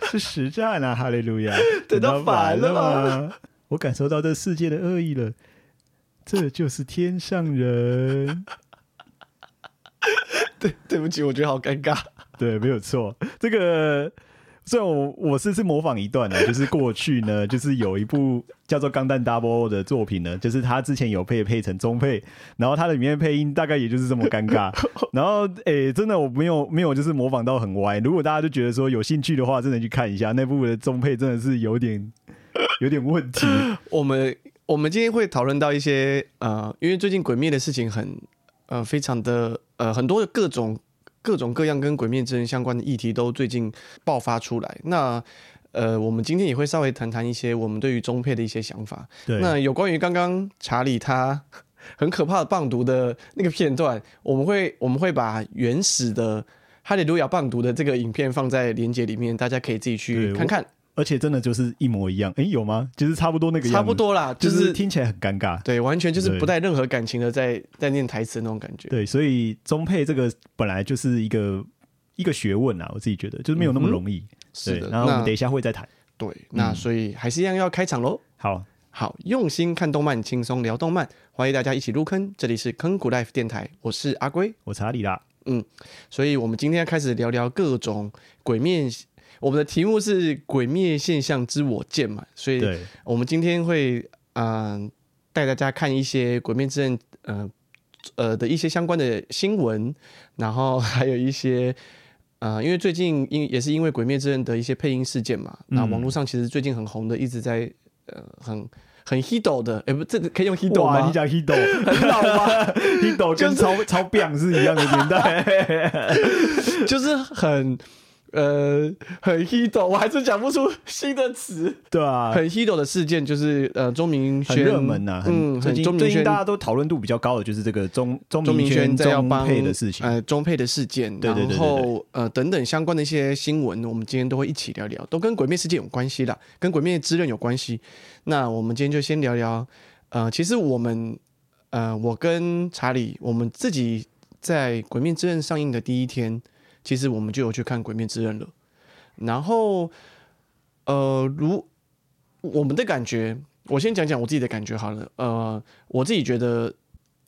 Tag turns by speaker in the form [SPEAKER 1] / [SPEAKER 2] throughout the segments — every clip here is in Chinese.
[SPEAKER 1] 是实战啊，哈利路亚！
[SPEAKER 2] 等到
[SPEAKER 1] 烦
[SPEAKER 2] 烦了
[SPEAKER 1] 吗？我感受到这世界的恶意了，这就是天上人。
[SPEAKER 2] 对， 对不起，我觉得好尴尬。
[SPEAKER 1] 对，没有错。这个虽然我我是是模仿一段呢，啊就是过去呢，就是有一部叫做《钢弹 Double》的作品呢，就是他之前有配配成中配，然后它的里面配音大概也就是这么尴 尬。然后诶、真的我没有没有就是模仿到很歪。如果大家就觉得说有兴趣的话，真的去看一下那部的中配，真的是有点有点问题。
[SPEAKER 2] 我们我们今天会讨论到一些呃，因为最近《鬼灭》的事情很呃非常的呃很多的各种各种各样跟《鬼灭》之刃相关的议题都最近爆发出来。那呃，我们今天也会稍微谈谈一些我们对于中配的一些想法。
[SPEAKER 1] 对，
[SPEAKER 2] 那有关于刚刚查理他很可怕的棒读的那个片段，我们会我们会把原始的哈利路亚棒读的这个影片放在链接里面，大家可以自己
[SPEAKER 1] 对
[SPEAKER 2] 去
[SPEAKER 1] 我
[SPEAKER 2] 看看，
[SPEAKER 1] 而且真的就是一模一样。诶、有吗？就是差不多那个样子，
[SPEAKER 2] 差不多啦，
[SPEAKER 1] 就
[SPEAKER 2] 就是是
[SPEAKER 1] 听起来很尴尬。
[SPEAKER 2] 对，完全就是
[SPEAKER 1] 对
[SPEAKER 2] 不带任何感情的在在念台词那种感觉。
[SPEAKER 1] 对，所以中配这个本来就是一个一个学问啊，我自己觉得就是没有那么容易。
[SPEAKER 2] 嗯是的，
[SPEAKER 1] 对，然后我
[SPEAKER 2] 那
[SPEAKER 1] 们嗯等一下会再谈。
[SPEAKER 2] 对，那所以还是一样要开场喽。
[SPEAKER 1] 好，
[SPEAKER 2] 好，用心看动漫，轻松聊动漫，欢迎大家一起入坑。这里是坑谷 Life 电台，我是阿龟。
[SPEAKER 1] 我查理啦。
[SPEAKER 2] 所以我们今天要开始聊聊各种鬼面。我们的题目是“鬼灭现象之我见”嘛，所以
[SPEAKER 1] 对，
[SPEAKER 2] 我们今天会嗯、呃带大家看一些《鬼灭之刃》呃呃的一些相关的新闻，然后还有一些呃，因为最近因也是因为《鬼灭之刃》的一些配音事件嘛，
[SPEAKER 1] 嗯
[SPEAKER 2] 那网络上其实最近很红的，一直在呃很很 hido 的，哎、不，这可以用 hido
[SPEAKER 1] 哇，
[SPEAKER 2] 吗
[SPEAKER 1] 你？讲 Hido 很老 吗？Hido 跟超超 biang 是一样的年 代。
[SPEAKER 2] 就是很呃很 hido，我还是讲不出新的词。
[SPEAKER 1] 对啊，
[SPEAKER 2] 很 hido 的事件就是呃钟明
[SPEAKER 1] 很
[SPEAKER 2] 轩
[SPEAKER 1] 热门呐。很
[SPEAKER 2] 嗯，
[SPEAKER 1] 最
[SPEAKER 2] 很
[SPEAKER 1] 近
[SPEAKER 2] 钟明
[SPEAKER 1] 最近
[SPEAKER 2] 轩
[SPEAKER 1] 大家都讨论度比较高的就是这个中中
[SPEAKER 2] 钟明轩在要
[SPEAKER 1] 中
[SPEAKER 2] 帮
[SPEAKER 1] 配的事情。
[SPEAKER 2] 呃，中配的事件，
[SPEAKER 1] 对对对对
[SPEAKER 2] 然后呃等等相关的一些新闻，我们今天都会一起聊聊，都跟《鬼灭事件》有关系啦，跟《鬼灭之刃》有关系。那我们今天就先聊聊，呃，其实我们呃，我跟查理，我们自己在《鬼灭之刃》上映的第一天，其实我们就有去看《鬼灭之刃》了。然后，呃，如我们的感觉，我先讲讲我自己的感觉好了。呃，我自己觉得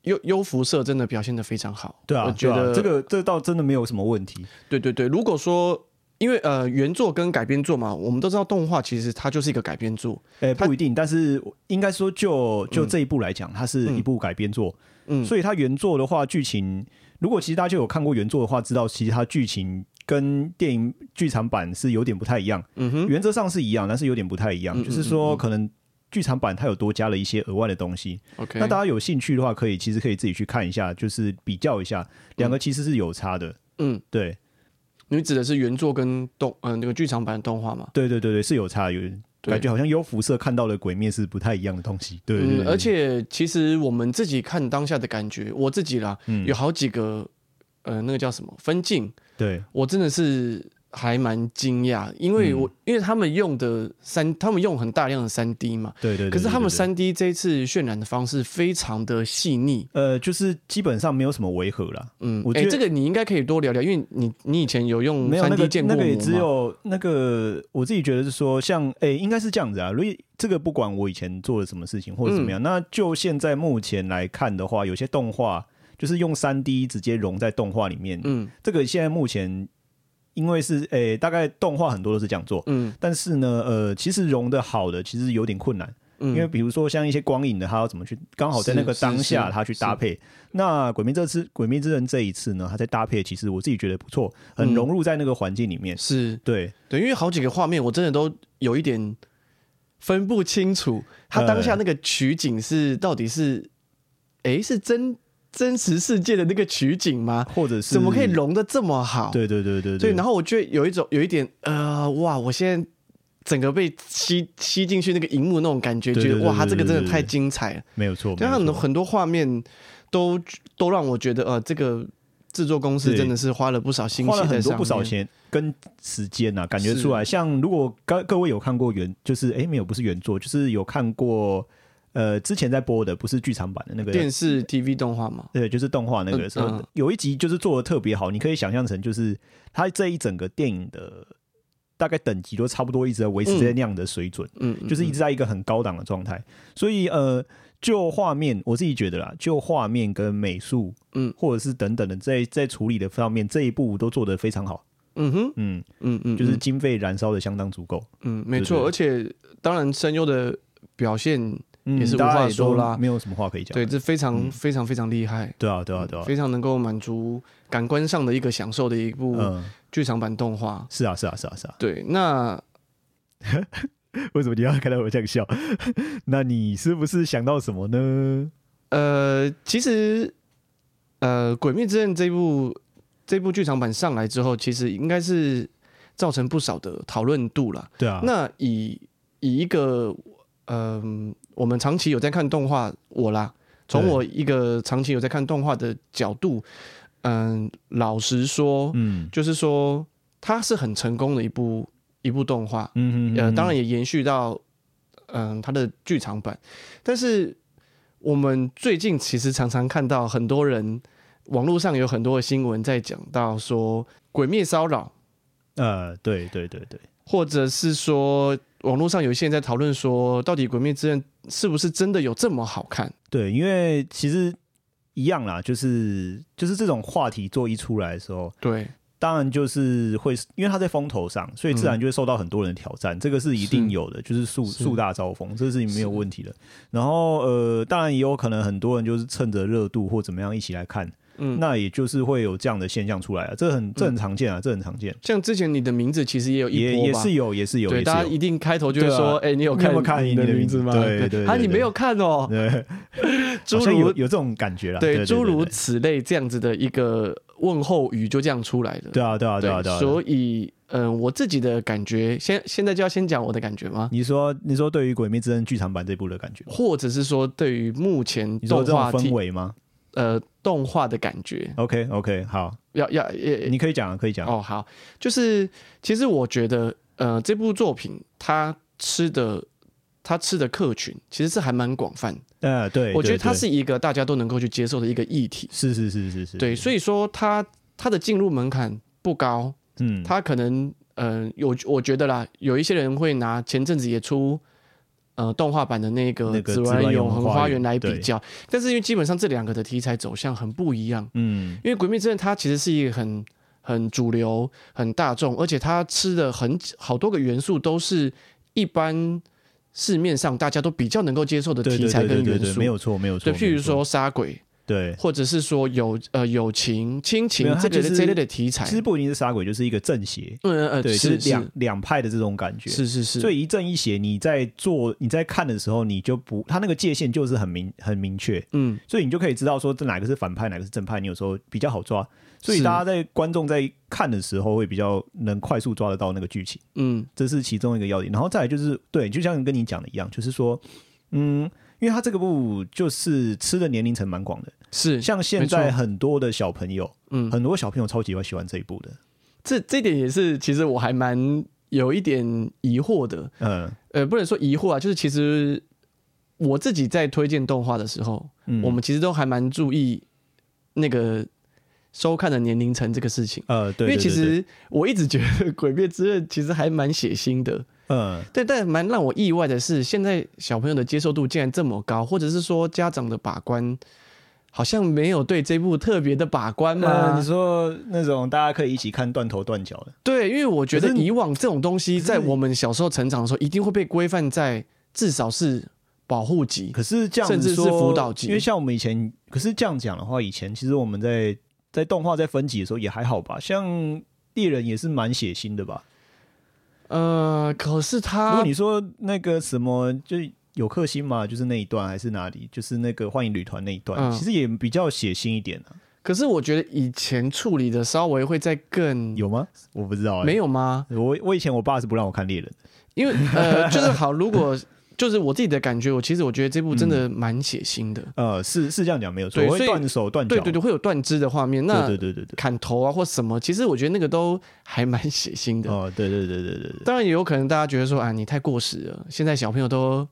[SPEAKER 2] 优优辐射真的表现的非常好。
[SPEAKER 1] 对啊，
[SPEAKER 2] 我觉
[SPEAKER 1] 对啊
[SPEAKER 2] 得
[SPEAKER 1] 这个这倒真的没有什么问题。
[SPEAKER 2] 对对对，如果说因为呃原作跟改编作嘛，我们都知道动画其实它就是一个改编作，
[SPEAKER 1] 诶，
[SPEAKER 2] 它
[SPEAKER 1] 不一定，但是应该说就就这一部来讲，它是一部改编作，
[SPEAKER 2] 嗯
[SPEAKER 1] 所以它原作的话，剧情如果其实大家有看过原作的话，知道其实它剧情跟电影剧场版是有点不太一样，
[SPEAKER 2] 嗯哼，
[SPEAKER 1] 原则上是一样，但是有点不太一样，
[SPEAKER 2] 嗯
[SPEAKER 1] 就是说可能剧场版它有多加了一些额外的东西，
[SPEAKER 2] ，OK，
[SPEAKER 1] 那大家有兴趣的话，可以其实可以自己去看一下，就是比较一下，两个其实是有差的，
[SPEAKER 2] 嗯，
[SPEAKER 1] 对
[SPEAKER 2] 你指的是原作跟动呃那个剧场版的动画嘛？
[SPEAKER 1] 对对对对，是有差的有。
[SPEAKER 2] 对
[SPEAKER 1] 感觉好像优辐射看到的鬼灭是不太一样的东西，对对对
[SPEAKER 2] 嗯，而且其实我们自己看当下的感觉，我自己啦，
[SPEAKER 1] 嗯
[SPEAKER 2] 有好几个呃那个叫什么分镜，
[SPEAKER 1] 对
[SPEAKER 2] 我真的是还蛮惊讶，因为
[SPEAKER 1] 嗯
[SPEAKER 2] 我、因为他们用的三，他们用很大量的三 D 嘛，
[SPEAKER 1] 对对对。
[SPEAKER 2] 可是他们
[SPEAKER 1] 对对
[SPEAKER 2] 三 D 这一次渲染的方式非常的细腻，
[SPEAKER 1] 呃，就是基本上没有什么违和啦，
[SPEAKER 2] 嗯，
[SPEAKER 1] 我
[SPEAKER 2] 哎、
[SPEAKER 1] 觉得
[SPEAKER 2] 这个你应该可以多聊聊，因为你你以前有用
[SPEAKER 1] 没有
[SPEAKER 2] 嗯三
[SPEAKER 1] 那
[SPEAKER 2] D
[SPEAKER 1] 个
[SPEAKER 2] 建
[SPEAKER 1] 那
[SPEAKER 2] 过模
[SPEAKER 1] 个
[SPEAKER 2] 嘛？
[SPEAKER 1] 也只有那个我自己觉得是说像，诶应该是这样子啊。所以这个不管我以前做了什么事情或者怎
[SPEAKER 2] 嗯
[SPEAKER 1] 么样，那就现在目前来看的话，有些动画就是用三 D 直接融在动画里面，
[SPEAKER 2] 嗯
[SPEAKER 1] 这个现在目前因为是诶、大概动画很多都是这样做。
[SPEAKER 2] 嗯
[SPEAKER 1] 但是呢，呃，其实融的好的其实有点困难，
[SPEAKER 2] 嗯，
[SPEAKER 1] 因为比如说像一些光影的，它要怎么去刚好在那个
[SPEAKER 2] 是
[SPEAKER 1] 当
[SPEAKER 2] 是
[SPEAKER 1] 下
[SPEAKER 2] 是
[SPEAKER 1] 它去搭配。那《鬼灭这次《鬼灭之刃》这一次呢，它在搭配，其实我自己觉得不错，很
[SPEAKER 2] 嗯
[SPEAKER 1] 融入在那个环境里面。
[SPEAKER 2] 是
[SPEAKER 1] 对，
[SPEAKER 2] 对，因为好几个画面我真的都有一点分不清楚，他当下那个取景是到底是，哎、是真真实世界的那个取景吗？
[SPEAKER 1] 或者是
[SPEAKER 2] 怎么可以？融的这么好？
[SPEAKER 1] 对对对对
[SPEAKER 2] 对，
[SPEAKER 1] 对，
[SPEAKER 2] 然后我觉得有一种有一点呃，哇，我现在。整个被吸吸进去那个荧幕那种感觉，
[SPEAKER 1] 对对
[SPEAKER 2] 觉得哇，
[SPEAKER 1] 对
[SPEAKER 2] 他
[SPEAKER 1] 对
[SPEAKER 2] 这个真
[SPEAKER 1] 对
[SPEAKER 2] 的
[SPEAKER 1] 对
[SPEAKER 2] 太
[SPEAKER 1] 对
[SPEAKER 2] 精彩了。
[SPEAKER 1] 没有错，
[SPEAKER 2] 对，
[SPEAKER 1] 没
[SPEAKER 2] 他
[SPEAKER 1] 有
[SPEAKER 2] 很多
[SPEAKER 1] 错
[SPEAKER 2] 很多画面都都让我觉得，呃，这个制作公司
[SPEAKER 1] 对
[SPEAKER 2] 真的是花了不少心
[SPEAKER 1] 花
[SPEAKER 2] 血
[SPEAKER 1] 了
[SPEAKER 2] 在
[SPEAKER 1] 很多
[SPEAKER 2] 上
[SPEAKER 1] 不少
[SPEAKER 2] 面。
[SPEAKER 1] 钱跟时间呐、啊，感觉出来。像如果各各位有看过原，就是诶没有不是原作，就是有看过呃之前在播的，不是剧场版的那个
[SPEAKER 2] 电视、TV 动画嘛，
[SPEAKER 1] 对，就是动画那个
[SPEAKER 2] 嗯
[SPEAKER 1] 时候，
[SPEAKER 2] 嗯
[SPEAKER 1] 有一集就是做的特别好，你可以想象成就是它这一整个电影的大概等级都差不多，一直在维持在那样的水准，
[SPEAKER 2] 嗯，嗯
[SPEAKER 1] 就是一直在一个很高档的状态。所以呃，就画面我自己觉得啦，就画面跟美术，
[SPEAKER 2] 嗯，
[SPEAKER 1] 或者是等等的，在在处理的方面，这一步都做得非常好。
[SPEAKER 2] 嗯哼，
[SPEAKER 1] 嗯，
[SPEAKER 2] 嗯嗯，
[SPEAKER 1] 就是经费燃烧的相当足够，
[SPEAKER 2] 嗯，没错，而且当然声优的表现，
[SPEAKER 1] 嗯
[SPEAKER 2] 也是无
[SPEAKER 1] 大家
[SPEAKER 2] 话
[SPEAKER 1] 也
[SPEAKER 2] 说
[SPEAKER 1] 都
[SPEAKER 2] 啦
[SPEAKER 1] 没有什么话可以讲。
[SPEAKER 2] 对，这非常非常非常厉害，
[SPEAKER 1] 对啊，对嗯啊，对啊，
[SPEAKER 2] 非常能够满足感官上的一个享受的一部
[SPEAKER 1] 嗯，
[SPEAKER 2] 剧场版动画。
[SPEAKER 1] 是啊，是啊，是啊，是啊。
[SPEAKER 2] 对，那
[SPEAKER 1] 为什么你要看到我这样笑？ 那你是不是想到什么呢？
[SPEAKER 2] 呃，其实呃，《鬼灭之刃》这部这部剧场版上来之后，其实应该是造成不少的讨论度啦。
[SPEAKER 1] 对啊，
[SPEAKER 2] 那以以一个嗯、我们长期有在看动画，我啦，从
[SPEAKER 1] 对
[SPEAKER 2] 我一个长期有在看动画的角度，嗯、老实说，
[SPEAKER 1] 嗯
[SPEAKER 2] 就是说它是很成功的一部一部动画，
[SPEAKER 1] 嗯嗯，
[SPEAKER 2] 呃，
[SPEAKER 1] 嗯
[SPEAKER 2] 当然也延续到嗯、它的剧场版，但是我们最近其实常常看到很多人。网络上有很多的新闻在讲到说《鬼灭骚扰》
[SPEAKER 1] 呃，对对对对，
[SPEAKER 2] 或者是说网络上有一些人在讨论说，到底《鬼灭之刃》是不是真的有这么好看？
[SPEAKER 1] 对，因为其实一样啦，就是就是这种话题做一出来的时候，
[SPEAKER 2] 对，
[SPEAKER 1] 当然就是会，因为它在风头上，所以自然就会受到很多人的挑战，这嗯个是一定有的，就是树
[SPEAKER 2] 是
[SPEAKER 1] 树大招风，这是没有问题的。然后呃，当然也有可能很多人就是趁着热度或怎么样一起来看，
[SPEAKER 2] 嗯，
[SPEAKER 1] 那也就是会有这样的现象出来啊，这很这很常见啊，这很常见，
[SPEAKER 2] 像之前你的名字其实也有一
[SPEAKER 1] 也
[SPEAKER 2] 波
[SPEAKER 1] 也
[SPEAKER 2] 吧。
[SPEAKER 1] 是有，也是有，也
[SPEAKER 2] 对，
[SPEAKER 1] 是
[SPEAKER 2] 大家
[SPEAKER 1] 有
[SPEAKER 2] 一定开头就会
[SPEAKER 1] 对啊
[SPEAKER 2] 说：“哎、你有
[SPEAKER 1] 你有
[SPEAKER 2] 看
[SPEAKER 1] 没有看
[SPEAKER 2] 你
[SPEAKER 1] 你
[SPEAKER 2] 的
[SPEAKER 1] 的
[SPEAKER 2] 名
[SPEAKER 1] 名
[SPEAKER 2] 字
[SPEAKER 1] 字
[SPEAKER 2] 吗？”
[SPEAKER 1] 对对对
[SPEAKER 2] 啊，
[SPEAKER 1] 对
[SPEAKER 2] 你没有看哦，
[SPEAKER 1] 对，
[SPEAKER 2] 诸
[SPEAKER 1] 好像有
[SPEAKER 2] 如
[SPEAKER 1] 有这种感觉啦，
[SPEAKER 2] 对
[SPEAKER 1] 对
[SPEAKER 2] 诸如
[SPEAKER 1] 对对
[SPEAKER 2] 此类这样子的一个问候语就这样出来了。
[SPEAKER 1] 对啊对啊对啊对啊，
[SPEAKER 2] 所以，嗯、我自己的感觉，现现在就要先讲我的感觉吗？
[SPEAKER 1] 你说你说对于《鬼灭之刃》剧场版这部的感觉，
[SPEAKER 2] 或者是说，对于目前
[SPEAKER 1] 你说
[SPEAKER 2] 动
[SPEAKER 1] 这种
[SPEAKER 2] 画
[SPEAKER 1] 氛
[SPEAKER 2] 体
[SPEAKER 1] 围吗
[SPEAKER 2] 呃动画的感觉，
[SPEAKER 1] ？OK OK，好，
[SPEAKER 2] 要要也
[SPEAKER 1] 你可以讲啊，可以讲。
[SPEAKER 2] 哦，好，就是其实我觉得，呃，这部作品它吃的它吃的客群其实是还蛮广泛，
[SPEAKER 1] 呃，对，
[SPEAKER 2] 我觉
[SPEAKER 1] 对
[SPEAKER 2] 得它
[SPEAKER 1] 对
[SPEAKER 2] 是一个大家都能够去接受的一个议题。
[SPEAKER 1] 是是是是是，
[SPEAKER 2] 对，所以说它它的进入门槛不高，
[SPEAKER 1] 嗯，
[SPEAKER 2] 它可能呃有我觉得啦，有一些人会拿前阵子也出。呃，动画版的那个
[SPEAKER 1] 那
[SPEAKER 2] 《
[SPEAKER 1] 个
[SPEAKER 2] 紫
[SPEAKER 1] 紫鸾
[SPEAKER 2] 永
[SPEAKER 1] 永
[SPEAKER 2] 恒
[SPEAKER 1] 花
[SPEAKER 2] 花
[SPEAKER 1] 园
[SPEAKER 2] 园》来比
[SPEAKER 1] 对
[SPEAKER 2] 较，但是因为基本上这两个的题材走向很不一样，
[SPEAKER 1] 嗯
[SPEAKER 2] 因为《鬼灭之刃》它其实是一个很很主流、很大众，而且它吃的很好多个元素都是一般市面上大家都比较能够接受的
[SPEAKER 1] 对
[SPEAKER 2] 题
[SPEAKER 1] 对
[SPEAKER 2] 材
[SPEAKER 1] 对
[SPEAKER 2] 跟
[SPEAKER 1] 对对
[SPEAKER 2] 元
[SPEAKER 1] 对，
[SPEAKER 2] 素
[SPEAKER 1] 没。有错没有错，
[SPEAKER 2] 对，譬
[SPEAKER 1] 没
[SPEAKER 2] 如
[SPEAKER 1] 有错
[SPEAKER 2] 说杀鬼，
[SPEAKER 1] 对。
[SPEAKER 2] 或者是说友呃友情、亲情
[SPEAKER 1] 没有
[SPEAKER 2] 这
[SPEAKER 1] 它就
[SPEAKER 2] 个
[SPEAKER 1] 是
[SPEAKER 2] 这类的题材
[SPEAKER 1] 其，实不一定是杀鬼，就是一个正邪，
[SPEAKER 2] 嗯呃
[SPEAKER 1] 对，
[SPEAKER 2] 是
[SPEAKER 1] 就是两两派的这种感觉。
[SPEAKER 2] 是是是，
[SPEAKER 1] 所以一正一邪，你在做你在看的时候，你就不，它那个界限就是很明很明确，
[SPEAKER 2] 嗯
[SPEAKER 1] 所以你就可以知道说这哪个是反派，哪个是正派，你有时候比较好抓。所以
[SPEAKER 2] 是
[SPEAKER 1] 大家在观众在看的时候会比较能快速抓得到那个剧情。
[SPEAKER 2] 嗯
[SPEAKER 1] 这是其中一个要点。然后再来就是，对，就像跟你讲的一样，就是说，嗯，因为他这个部就是吃的年龄层蛮广的，
[SPEAKER 2] 是
[SPEAKER 1] 像现
[SPEAKER 2] 没
[SPEAKER 1] 在
[SPEAKER 2] 错
[SPEAKER 1] 很多的小朋友，
[SPEAKER 2] 嗯，
[SPEAKER 1] 很多小朋友超级会喜欢这一部的，
[SPEAKER 2] 这这点也是，其实我还蛮有一点疑惑的，
[SPEAKER 1] 嗯
[SPEAKER 2] 呃，不能说疑惑啊，就是其实我自己在推荐动画的时候，
[SPEAKER 1] 嗯，
[SPEAKER 2] 我们其实都还蛮注意那个收看的年龄层这个事情。
[SPEAKER 1] 呃，对，
[SPEAKER 2] 因为
[SPEAKER 1] 对
[SPEAKER 2] 其，
[SPEAKER 1] 对对
[SPEAKER 2] 实我一直觉得《鬼灭之刃》其实还蛮血腥的，
[SPEAKER 1] 嗯，
[SPEAKER 2] 对，但蛮让我意外的是，现在小朋友的接受度竟然这么高，或者是说家长的把关好像没有对这部特别的把关
[SPEAKER 1] 那
[SPEAKER 2] 嘛？
[SPEAKER 1] 呃你说那种大家可以一起看断头断脚的，
[SPEAKER 2] 对，因为我觉得
[SPEAKER 1] 可是
[SPEAKER 2] 以往这种东西在我们小时候成长的时候，一定会被规范在至少是保护级，
[SPEAKER 1] 可是这样
[SPEAKER 2] 甚至是
[SPEAKER 1] 说
[SPEAKER 2] 辅导级
[SPEAKER 1] 因为像我们以前，可是这样讲的话，以前其实我们在在动画在分级的时候也还好吧，像猎人也是蛮血腥的吧。
[SPEAKER 2] 呃，可是
[SPEAKER 1] 如
[SPEAKER 2] 他
[SPEAKER 1] 果你说那个什么，就是有克星嘛，就是那一段还是哪里，就是那个幻影旅团那一段，
[SPEAKER 2] 嗯
[SPEAKER 1] 其实也比较血腥一点啊，
[SPEAKER 2] 可是我觉得以前处理的稍微会再更
[SPEAKER 1] 有吗？我不知道、欸，
[SPEAKER 2] 没有吗？
[SPEAKER 1] 我我以前我爸是不让我看猎人的，
[SPEAKER 2] 因为 呃，就是好，如果就是我自己的感觉，我其实我觉得这部真
[SPEAKER 1] 嗯
[SPEAKER 2] 的蛮血腥的。
[SPEAKER 1] 呃，是是这样讲没有错，
[SPEAKER 2] 对
[SPEAKER 1] 我会
[SPEAKER 2] 所以
[SPEAKER 1] 断手断脚，
[SPEAKER 2] 对对对，会有断肢的画面，那
[SPEAKER 1] 对对对对
[SPEAKER 2] 砍头啊或什么，其实我觉得那个都还蛮血腥
[SPEAKER 1] 对，
[SPEAKER 2] 的。
[SPEAKER 1] 哦，对对对对对对，
[SPEAKER 2] 当然也有可能大家觉得说啊，你太过时了，现在小朋友都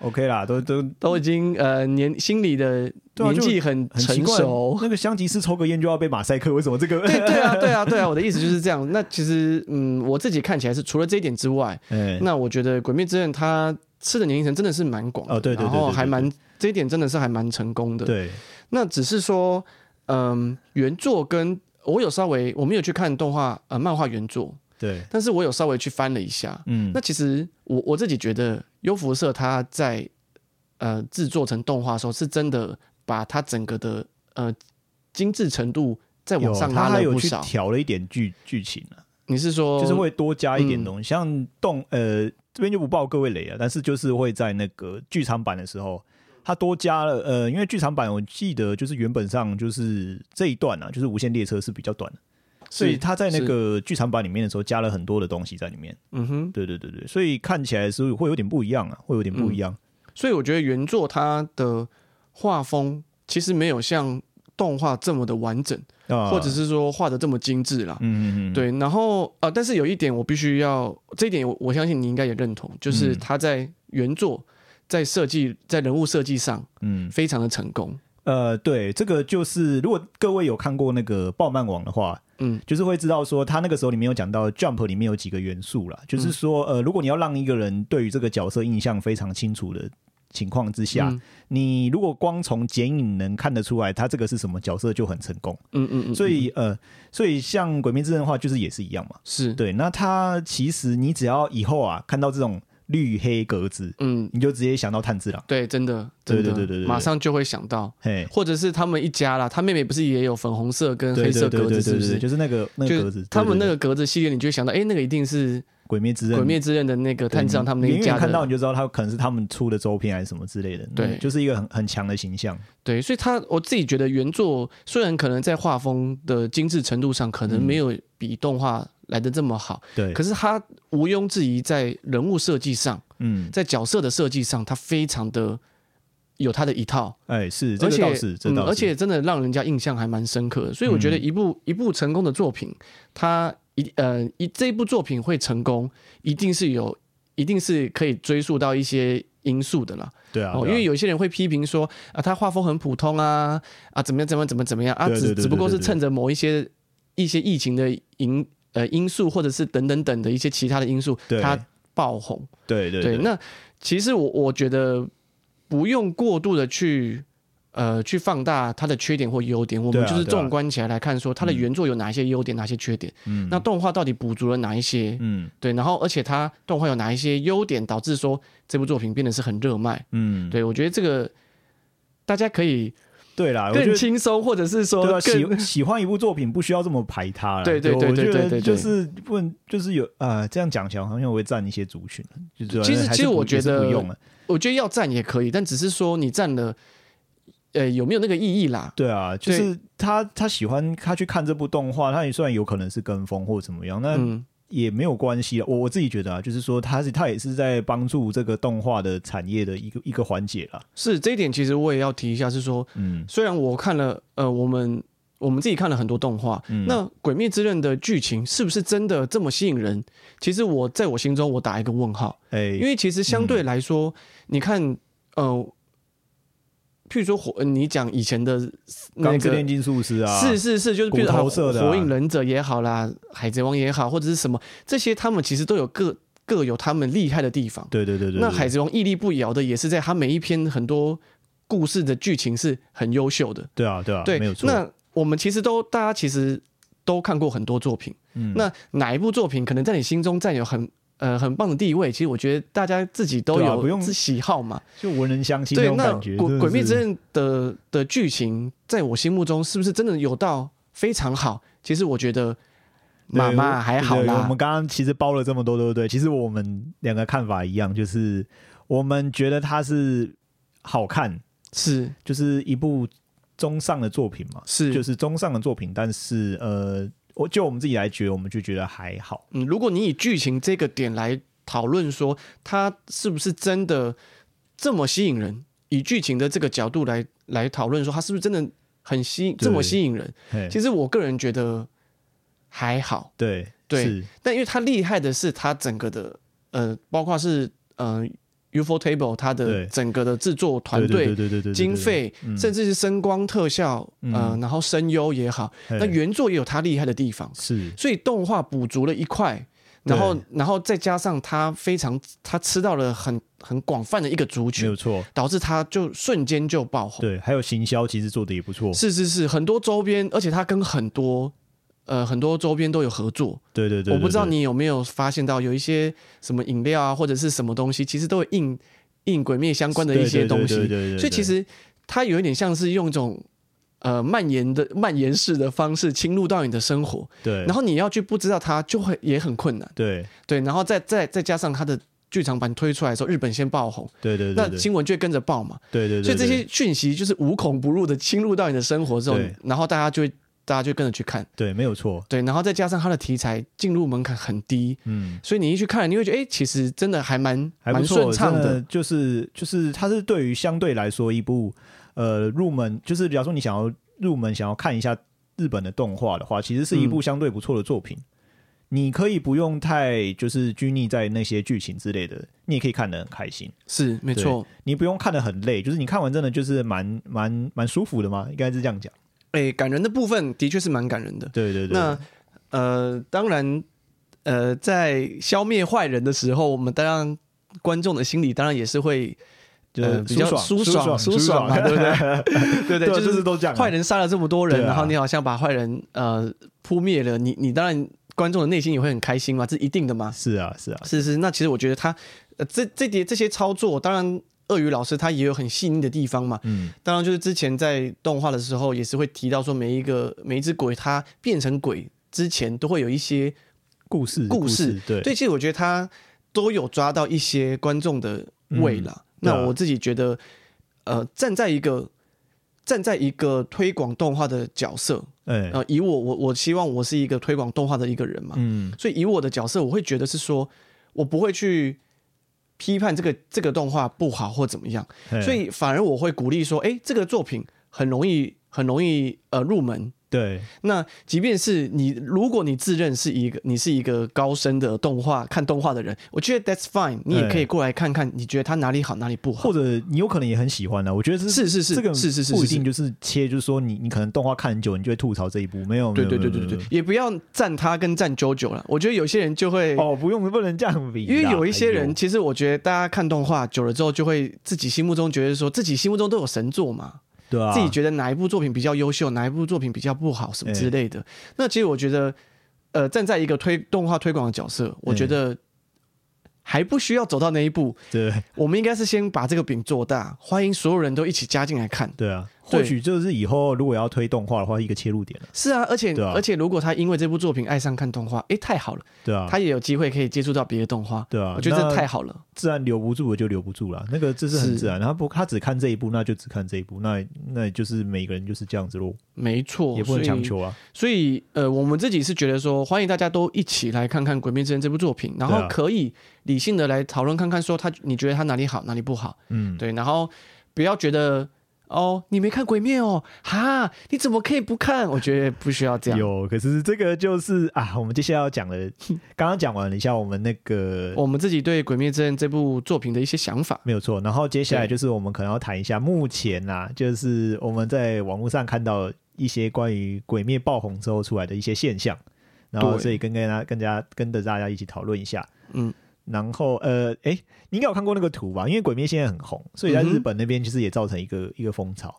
[SPEAKER 1] OK 啦，都都
[SPEAKER 2] 都已经呃年心理的
[SPEAKER 1] 对啊
[SPEAKER 2] 年
[SPEAKER 1] 就
[SPEAKER 2] 纪很
[SPEAKER 1] 很奇
[SPEAKER 2] 成
[SPEAKER 1] 怪
[SPEAKER 2] 熟。。
[SPEAKER 1] 那个香吉士抽个烟就要被马赛克，为什么这个？
[SPEAKER 2] 对对啊，对啊，对啊，我的意思就是这样。那其实，嗯，我自己看起来是除了这一点之外，
[SPEAKER 1] 嗯，
[SPEAKER 2] 那我觉得《鬼灭之刃》它吃的年龄层真的是蛮广的
[SPEAKER 1] 哦对对对
[SPEAKER 2] 然后
[SPEAKER 1] 对对
[SPEAKER 2] 还
[SPEAKER 1] 对
[SPEAKER 2] 蛮这一点真的是还蛮成功的。
[SPEAKER 1] 对，
[SPEAKER 2] 那只是说，嗯，原作跟呃我有稍微我没有去看动画呃漫画原作，
[SPEAKER 1] 对，
[SPEAKER 2] 但是我有稍微去翻了一下。
[SPEAKER 1] 嗯
[SPEAKER 2] 那，其实我我自己觉得，优福社它在呃制作成动画的时候，是真的把它整个的呃精致程度再往
[SPEAKER 1] 有
[SPEAKER 2] 上
[SPEAKER 1] 他
[SPEAKER 2] 拉
[SPEAKER 1] 还
[SPEAKER 2] 了
[SPEAKER 1] 有
[SPEAKER 2] 不
[SPEAKER 1] 去
[SPEAKER 2] 少。
[SPEAKER 1] 调了一点剧剧情啊，
[SPEAKER 2] 你是说，
[SPEAKER 1] 就是会多加一点
[SPEAKER 2] 嗯
[SPEAKER 1] 东西，像动呃这边就不爆各位雷了，啊但是就是会在那个剧场版的时候。他多加了，呃，因为剧场版我记得就是原本上就是这一段啊，就是无限列车是比较短的，所以
[SPEAKER 2] 是
[SPEAKER 1] 他在那
[SPEAKER 2] 是
[SPEAKER 1] 个剧场版里面的时候加了很多的东西在里面。
[SPEAKER 2] 嗯哼，
[SPEAKER 1] 对对对对，所以看起来是会有点不一样啊，会有点
[SPEAKER 2] 嗯
[SPEAKER 1] 不一样。
[SPEAKER 2] 所以我觉得原作它的画风其实没有像动画这么的完整，
[SPEAKER 1] 啊，
[SPEAKER 2] 或者是说画的这么精致啦。
[SPEAKER 1] 嗯嗯嗯，
[SPEAKER 2] 对，然后呃，但是有一点我必须要，这一点我我相信你应该也认同，就是
[SPEAKER 1] 嗯
[SPEAKER 2] 他在原作在设计在人物设计上
[SPEAKER 1] 嗯
[SPEAKER 2] 非常的成功。
[SPEAKER 1] 呃，对，这个就是如果各位有看过那个爆漫网的话，
[SPEAKER 2] 嗯，
[SPEAKER 1] 就是会知道说他那个时候里面有讲到 Jump 里面有几个元素啦，就是
[SPEAKER 2] 嗯
[SPEAKER 1] 说呃，如果你要让一个人对于这个角色印象非常清楚的情况之下，
[SPEAKER 2] 嗯
[SPEAKER 1] 你如果光从剪影能看得出来他这个是什么角色就很成功。
[SPEAKER 2] 嗯嗯嗯，
[SPEAKER 1] 所以呃，所以像《鬼灭之刃》的话，就是也是一样嘛。
[SPEAKER 2] 是，
[SPEAKER 1] 对，那他其实你只要以后啊看到这种绿黑格子，
[SPEAKER 2] 嗯，
[SPEAKER 1] 你就直接想到炭治郎，
[SPEAKER 2] 对，真的，
[SPEAKER 1] 对
[SPEAKER 2] 真
[SPEAKER 1] 对
[SPEAKER 2] 的，
[SPEAKER 1] 对对对对
[SPEAKER 2] 马上就会想到，
[SPEAKER 1] 嘿，
[SPEAKER 2] 或者是他们一家啦，他妹妹不是也有粉红色跟黑
[SPEAKER 1] 对
[SPEAKER 2] 色
[SPEAKER 1] 对对
[SPEAKER 2] 格
[SPEAKER 1] 对
[SPEAKER 2] 子，是
[SPEAKER 1] 对
[SPEAKER 2] 不
[SPEAKER 1] 对
[SPEAKER 2] 是？
[SPEAKER 1] 就是那个那
[SPEAKER 2] 就
[SPEAKER 1] 个
[SPEAKER 2] 是
[SPEAKER 1] 格子，
[SPEAKER 2] 他们那
[SPEAKER 1] 对对对
[SPEAKER 2] 个格子系列，你就会想到，哎，那个一定是《
[SPEAKER 1] 《鬼灭之刃》
[SPEAKER 2] 鬼灭之刃》的那个
[SPEAKER 1] 对
[SPEAKER 2] 炭治郎他们那
[SPEAKER 1] 你
[SPEAKER 2] 一
[SPEAKER 1] 远远
[SPEAKER 2] 家
[SPEAKER 1] 看到
[SPEAKER 2] 的
[SPEAKER 1] 你，就知道他可能是他们出的周边还是什么之类的，
[SPEAKER 2] 对
[SPEAKER 1] 嗯就是一个很很强的形象。
[SPEAKER 2] 对，所以他我自己觉得原作虽然可能在画风的精致程度上，可能没有比动画来的这么好，
[SPEAKER 1] 嗯对，
[SPEAKER 2] 可是他毋庸置疑在人物设计上，
[SPEAKER 1] 嗯，
[SPEAKER 2] 在角色的设计上，他非常的有他的一套，
[SPEAKER 1] 哎，是这
[SPEAKER 2] 而
[SPEAKER 1] 个
[SPEAKER 2] 且
[SPEAKER 1] 倒是，这
[SPEAKER 2] 嗯
[SPEAKER 1] 倒是，嗯
[SPEAKER 2] 而且真的让人家印象还蛮深刻的。所以我觉得一部、一部成功的作品，它一呃一这一部作品会成功，一定是有一定是可以追溯到一些因素的啦。
[SPEAKER 1] 对啊，
[SPEAKER 2] 哦，
[SPEAKER 1] 对啊
[SPEAKER 2] 因为有些人会批评说啊，他画风很普通啊，啊怎么样怎么样怎么样怎么样啊，
[SPEAKER 1] 对对
[SPEAKER 2] 只
[SPEAKER 1] 对对
[SPEAKER 2] 只不过是
[SPEAKER 1] 对对
[SPEAKER 2] 趁着某一些一些疫情的因呃因素，或者是等等等的一些其他的因素
[SPEAKER 1] 对，
[SPEAKER 2] 他爆红。
[SPEAKER 1] 对对
[SPEAKER 2] 对，那其实我我觉得不用过度的去呃去放大它的缺点或优点，我
[SPEAKER 1] 对
[SPEAKER 2] 们
[SPEAKER 1] 啊
[SPEAKER 2] 就是
[SPEAKER 1] 对啊
[SPEAKER 2] 纵观起来来看，说它的原作有哪一些优点，哪些缺点，
[SPEAKER 1] 嗯
[SPEAKER 2] 那动画到底补足了哪一些？
[SPEAKER 1] 嗯
[SPEAKER 2] 对，然后而且它动画有哪一些优点，导致说这部作品变得是很热卖。
[SPEAKER 1] 嗯，
[SPEAKER 2] 对我觉得这个大家可以
[SPEAKER 1] 对哎啦，我觉
[SPEAKER 2] 更
[SPEAKER 1] 得
[SPEAKER 2] 轻松，或者是说
[SPEAKER 1] 对啊，
[SPEAKER 2] 更
[SPEAKER 1] 喜喜欢一部作品不需要这么排他啦。
[SPEAKER 2] 对对对
[SPEAKER 1] 我
[SPEAKER 2] 对
[SPEAKER 1] 觉
[SPEAKER 2] 对
[SPEAKER 1] 得
[SPEAKER 2] 对对
[SPEAKER 1] 就是不能就是有啊，这样讲起来好像我会占一些族群，就是
[SPEAKER 2] 其实
[SPEAKER 1] 还是
[SPEAKER 2] 其实
[SPEAKER 1] 不
[SPEAKER 2] 我觉
[SPEAKER 1] 也是
[SPEAKER 2] 得
[SPEAKER 1] 不用了，
[SPEAKER 2] 我觉得要赞也可以，但只是说你赞了，呃，有没有那个意义啦？
[SPEAKER 1] 对啊，就
[SPEAKER 2] 对
[SPEAKER 1] 是他他喜欢他去看这部动画，他也虽然有可能是跟风或怎么样，那
[SPEAKER 2] 嗯，
[SPEAKER 1] 也没有关系啊。我我自己觉得啊，就是说他是他也是在帮助这个动画的产业的一个一个环节啦。
[SPEAKER 2] 是这一点，其实我也要提一下，是说
[SPEAKER 1] 嗯
[SPEAKER 2] 虽然我看了，呃，我们我们自己看了很多动画，
[SPEAKER 1] 嗯
[SPEAKER 2] 那《鬼灭之刃》的剧情是不是真的这么吸引人？其实我在我心中我打一个问号，
[SPEAKER 1] 哎、
[SPEAKER 2] 因为其实相
[SPEAKER 1] 嗯
[SPEAKER 2] 对来说，你看，呃，譬如说火，呃你讲以前的那
[SPEAKER 1] 钢之
[SPEAKER 2] 个
[SPEAKER 1] 炼。金术师啊，
[SPEAKER 2] 是是是，就是譬如
[SPEAKER 1] 骨头
[SPEAKER 2] 啊
[SPEAKER 1] 社的啊
[SPEAKER 2] 火影忍者也好啦，海贼王也好，或者是什么，这些他们其实都有各各有他们厉害的地方。
[SPEAKER 1] 对对对对对，
[SPEAKER 2] 那海贼王屹立不摇的也是在他每一篇很多故事的剧情是很优秀的。
[SPEAKER 1] 对啊对啊，
[SPEAKER 2] 对，
[SPEAKER 1] 没有错。
[SPEAKER 2] 那我们其实都大家其实都看过很多作品，
[SPEAKER 1] 嗯
[SPEAKER 2] 那哪一部作品可能在你心中占有很呃很棒的地位？其实我觉得大家自己都
[SPEAKER 1] 对啊
[SPEAKER 2] 有
[SPEAKER 1] 不用
[SPEAKER 2] 自喜好嘛。
[SPEAKER 1] 就文人相亲那
[SPEAKER 2] 对，
[SPEAKER 1] 种
[SPEAKER 2] 那
[SPEAKER 1] 感觉，真
[SPEAKER 2] 《鬼
[SPEAKER 1] 的
[SPEAKER 2] 鬼灭
[SPEAKER 1] 是
[SPEAKER 2] 之刃》的的剧情，在我心目中是不是真的有到非常好？其实我觉得妈
[SPEAKER 1] 对
[SPEAKER 2] 妈
[SPEAKER 1] 我
[SPEAKER 2] 还好
[SPEAKER 1] 对我
[SPEAKER 2] 啦
[SPEAKER 1] 们，刚刚其实包了这么多，对不对？其实我们两个看法一样，就是我们觉得它是好看，
[SPEAKER 2] 是
[SPEAKER 1] 就是一部中上的作品嘛，
[SPEAKER 2] 是，
[SPEAKER 1] 就是中上的作品。但是呃，我就我们自己来觉得，我们就觉得还好。
[SPEAKER 2] 嗯，如果你以剧情这个点来讨论说它是不是真的这么吸引人，以剧情的这个角度来来讨论说它是不是真的很吸这么
[SPEAKER 1] 对
[SPEAKER 2] 吸引人，
[SPEAKER 1] 嘿
[SPEAKER 2] 其实我个人觉得还好，
[SPEAKER 1] 对
[SPEAKER 2] 对
[SPEAKER 1] 是
[SPEAKER 2] 但因为它厉害的是它整个的呃，包括是呃 UFO Table 它的
[SPEAKER 1] 对
[SPEAKER 2] 整个的制作团
[SPEAKER 1] 对对对
[SPEAKER 2] 队、
[SPEAKER 1] 对对嗯对，
[SPEAKER 2] 经费，甚至是声光特效，呃，然后声优也好，那
[SPEAKER 1] 那
[SPEAKER 2] 原作也有它厉害的地方，
[SPEAKER 1] 是
[SPEAKER 2] 所以动画补足了一块，
[SPEAKER 1] 对
[SPEAKER 2] 然后然后再加上它非常它吃到了很很广泛的一个族
[SPEAKER 1] 没
[SPEAKER 2] 群
[SPEAKER 1] 有，错。
[SPEAKER 2] 导致它就瞬间就爆红。
[SPEAKER 1] 对，还有行销其实做的也不错。
[SPEAKER 2] 是是是，很多周边，而且它跟很多呃很多周边都有合作。
[SPEAKER 1] 对对对对，
[SPEAKER 2] 我不知道
[SPEAKER 1] 对
[SPEAKER 2] 你有没有发现到，有一些什么饮料啊，或者是什么东西，其实都有印印鬼灭相关的一些东西
[SPEAKER 1] 对对对对对对。
[SPEAKER 2] 所以其实它有一点像是用一种呃蔓延的蔓延式的方式侵入到你的生活，
[SPEAKER 1] 对，
[SPEAKER 2] 然后你要去不知道它，就会也很困难。
[SPEAKER 1] 对
[SPEAKER 2] 对，然后再再再加上它的剧场版推出来的时候，日本先爆红，
[SPEAKER 1] 对对对，
[SPEAKER 2] 那
[SPEAKER 1] 对
[SPEAKER 2] 新闻就会跟着爆嘛。
[SPEAKER 1] 对对对，
[SPEAKER 2] 所以这
[SPEAKER 1] 对
[SPEAKER 2] 些讯息就是无孔不入的侵入到你的生活之后
[SPEAKER 1] 对，
[SPEAKER 2] 然后大家就会大家就跟着去看，
[SPEAKER 1] 对没有错。
[SPEAKER 2] 对，然后再加上它的题材进入门槛很低，
[SPEAKER 1] 嗯，
[SPEAKER 2] 所以你一去看，你会觉得哎、诶其实真的还蛮
[SPEAKER 1] 还不
[SPEAKER 2] 蛮
[SPEAKER 1] 错，
[SPEAKER 2] 顺畅
[SPEAKER 1] 真的
[SPEAKER 2] 的，
[SPEAKER 1] 就是就是它是对于相对来说一部呃入门，就是假如说你想要入门想要看一下日本的动画的话，其实是一部
[SPEAKER 2] 嗯
[SPEAKER 1] 相对不错的作品。你可以不用太就是拘泥在那些剧情之类的，你也可以看得很开心。
[SPEAKER 2] 是没错。
[SPEAKER 1] 你不用看得很累，就是你看完真的就是蛮蛮蛮舒服的嘛，应该是这样讲。
[SPEAKER 2] 哎、感人的部分的确是蛮感人的。
[SPEAKER 1] 对对对，
[SPEAKER 2] 那呃，当然，呃，在消灭坏人的时候，我们当然观众的心里当然也是会
[SPEAKER 1] 就
[SPEAKER 2] 呃
[SPEAKER 1] 是
[SPEAKER 2] 比较舒
[SPEAKER 1] 舒
[SPEAKER 2] 爽
[SPEAKER 1] 爽
[SPEAKER 2] 舒爽嘛，对不对？对不对，
[SPEAKER 1] 对，
[SPEAKER 2] 就
[SPEAKER 1] 就是是都这样啊。
[SPEAKER 2] 坏人杀了这么多人，
[SPEAKER 1] 对啊
[SPEAKER 2] 然后你好像把坏人呃扑灭了，你你当然观众的内心也会很开心嘛，这一定的嘛。
[SPEAKER 1] 是啊是啊，
[SPEAKER 2] 是是，那其实我觉得他呃这这叠这些操作，当然鳄鱼老师他也有很细腻的地方嘛。
[SPEAKER 1] 嗯，
[SPEAKER 2] 当然就是之前在动画的时候也是会提到说，每一个每一只鬼它变成鬼之前都会有一些
[SPEAKER 1] 故事
[SPEAKER 2] 故事
[SPEAKER 1] 事对
[SPEAKER 2] 对，其实我觉得他都有抓到一些观众的胃啦。
[SPEAKER 1] 对
[SPEAKER 2] 那
[SPEAKER 1] 啊
[SPEAKER 2] 我自己觉得，呃，站在一个站在一个推广动画的角色，
[SPEAKER 1] 哎、
[SPEAKER 2] 呃，以我我我希望我是一个推广动画的一个人嘛，
[SPEAKER 1] 嗯
[SPEAKER 2] 所以以我的角色，我会觉得是说，我不会去批判这个这个动画不好或怎么样，
[SPEAKER 1] 哎
[SPEAKER 2] 所以反而我会鼓励说，哎，这个作品很容易很容易呃入门，
[SPEAKER 1] 对
[SPEAKER 2] 那即便是你，如果你自认是一个你是一个高深的动画看动画的人，我觉得 that's fine，你也可以过来看看，你觉得它哪里好哪里不好
[SPEAKER 1] 或。者你有可能也很喜欢呢、啊我觉得这
[SPEAKER 2] 是是是，
[SPEAKER 1] 这个
[SPEAKER 2] 是是是
[SPEAKER 1] 不
[SPEAKER 2] 是
[SPEAKER 1] 一定就是切，就是说你你可能动画看很久，你就会吐槽这一部，没有
[SPEAKER 2] 对
[SPEAKER 1] 没有
[SPEAKER 2] 对对
[SPEAKER 1] 没有
[SPEAKER 2] 对对
[SPEAKER 1] 没有
[SPEAKER 2] 对，也不要赞他跟赞九九了。我觉得有些人就会，
[SPEAKER 1] 哦，不用不能这样比啦，
[SPEAKER 2] 因为有一些
[SPEAKER 1] 哎
[SPEAKER 2] 人，
[SPEAKER 1] 呦
[SPEAKER 2] 其实我觉得大家看动画久了之后，就会自己心目中觉得说自己心目中都有神作嘛，
[SPEAKER 1] 对啊，
[SPEAKER 2] 自己觉得哪一部作品比较优秀，哪一部作品比较不好，什么之类
[SPEAKER 1] 哎
[SPEAKER 2] 的。那其实我觉得，呃，站在一个推动画推广的角色，我觉
[SPEAKER 1] 哎
[SPEAKER 2] 得还不需要走到那一步。
[SPEAKER 1] 对啊
[SPEAKER 2] 我们应该是先把这个饼做大，欢迎所有人都一起加进来看。
[SPEAKER 1] 对啊，
[SPEAKER 2] 对
[SPEAKER 1] 或许就是以后如果要推动画的话，一个切入点了，
[SPEAKER 2] 是啊，而且、
[SPEAKER 1] 对啊
[SPEAKER 2] 而且，如果他因为这部作品爱上看动画，诶，太好了，
[SPEAKER 1] 对啊，
[SPEAKER 2] 他也有机会可以接触到别的动画。
[SPEAKER 1] 对啊，
[SPEAKER 2] 我觉得
[SPEAKER 1] 那
[SPEAKER 2] 这太好了。
[SPEAKER 1] 自然留不住的就留不住了，那个这是很
[SPEAKER 2] 是
[SPEAKER 1] 自然。他不，他只看这一部，那就只看这一部，那那也就是每个人就是这样子咯，
[SPEAKER 2] 没错，
[SPEAKER 1] 也不能强求啊。
[SPEAKER 2] 所以，呃，我们自己是觉得说，欢迎大家都一起来看看《鬼灭之刃》这部作品，然后
[SPEAKER 1] 对啊
[SPEAKER 2] 可以理性的来讨论看看，说他你觉得他哪里好，哪里不好，
[SPEAKER 1] 嗯，
[SPEAKER 2] 对，然后不要觉得哦，你没看《鬼灭》哦，哈，你怎么可以不看？我觉得不需要这样。
[SPEAKER 1] 有，可是这个就是啊，我们接下来要讲 的，刚刚讲完了一下我们那个
[SPEAKER 2] 我们自己对《鬼灭之刃》这部作品的一些想法，
[SPEAKER 1] 没有错，然后接下来
[SPEAKER 2] 对
[SPEAKER 1] 就是我们可能要谈一下目前啊，就是我们在网络上看到一些关于《鬼灭》爆红之后出来的一些现象，然后
[SPEAKER 2] 对
[SPEAKER 1] 所以跟跟大家跟大家跟着大家一起讨论一下。
[SPEAKER 2] 嗯，
[SPEAKER 1] 然后呃，哎，你应该有看过那个图吧？因为《鬼灭》现在很红，所以在
[SPEAKER 2] 嗯哼
[SPEAKER 1] 日本那边其实也造成一个、一个风潮。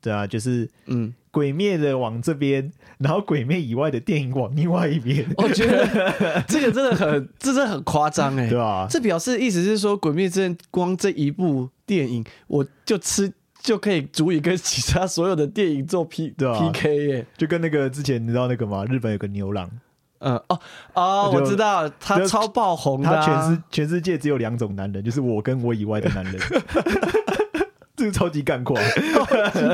[SPEAKER 1] 对啊，就是《
[SPEAKER 2] 嗯，
[SPEAKER 1] 鬼灭》的往这边，然后《鬼灭》以外的电影往另外一边，
[SPEAKER 2] 我觉得这个真的很，这真的很夸张 哎、
[SPEAKER 1] 对啊吧、
[SPEAKER 2] 这表示意思是说，《鬼灭之刃》光这一部电影，我就吃就可以足以跟其他所有的电影做 P
[SPEAKER 1] 对啊
[SPEAKER 2] PK 耶、
[SPEAKER 1] 就跟那个之前你知道那个吗？日本有个牛郎，
[SPEAKER 2] 嗯哦哦，
[SPEAKER 1] 就
[SPEAKER 2] 我知道，他
[SPEAKER 1] 就
[SPEAKER 2] 超爆红的、
[SPEAKER 1] 他
[SPEAKER 2] 啊，
[SPEAKER 1] 全世全世界只有两种男人，就是我跟我以外的 男人。这个超级干话， 真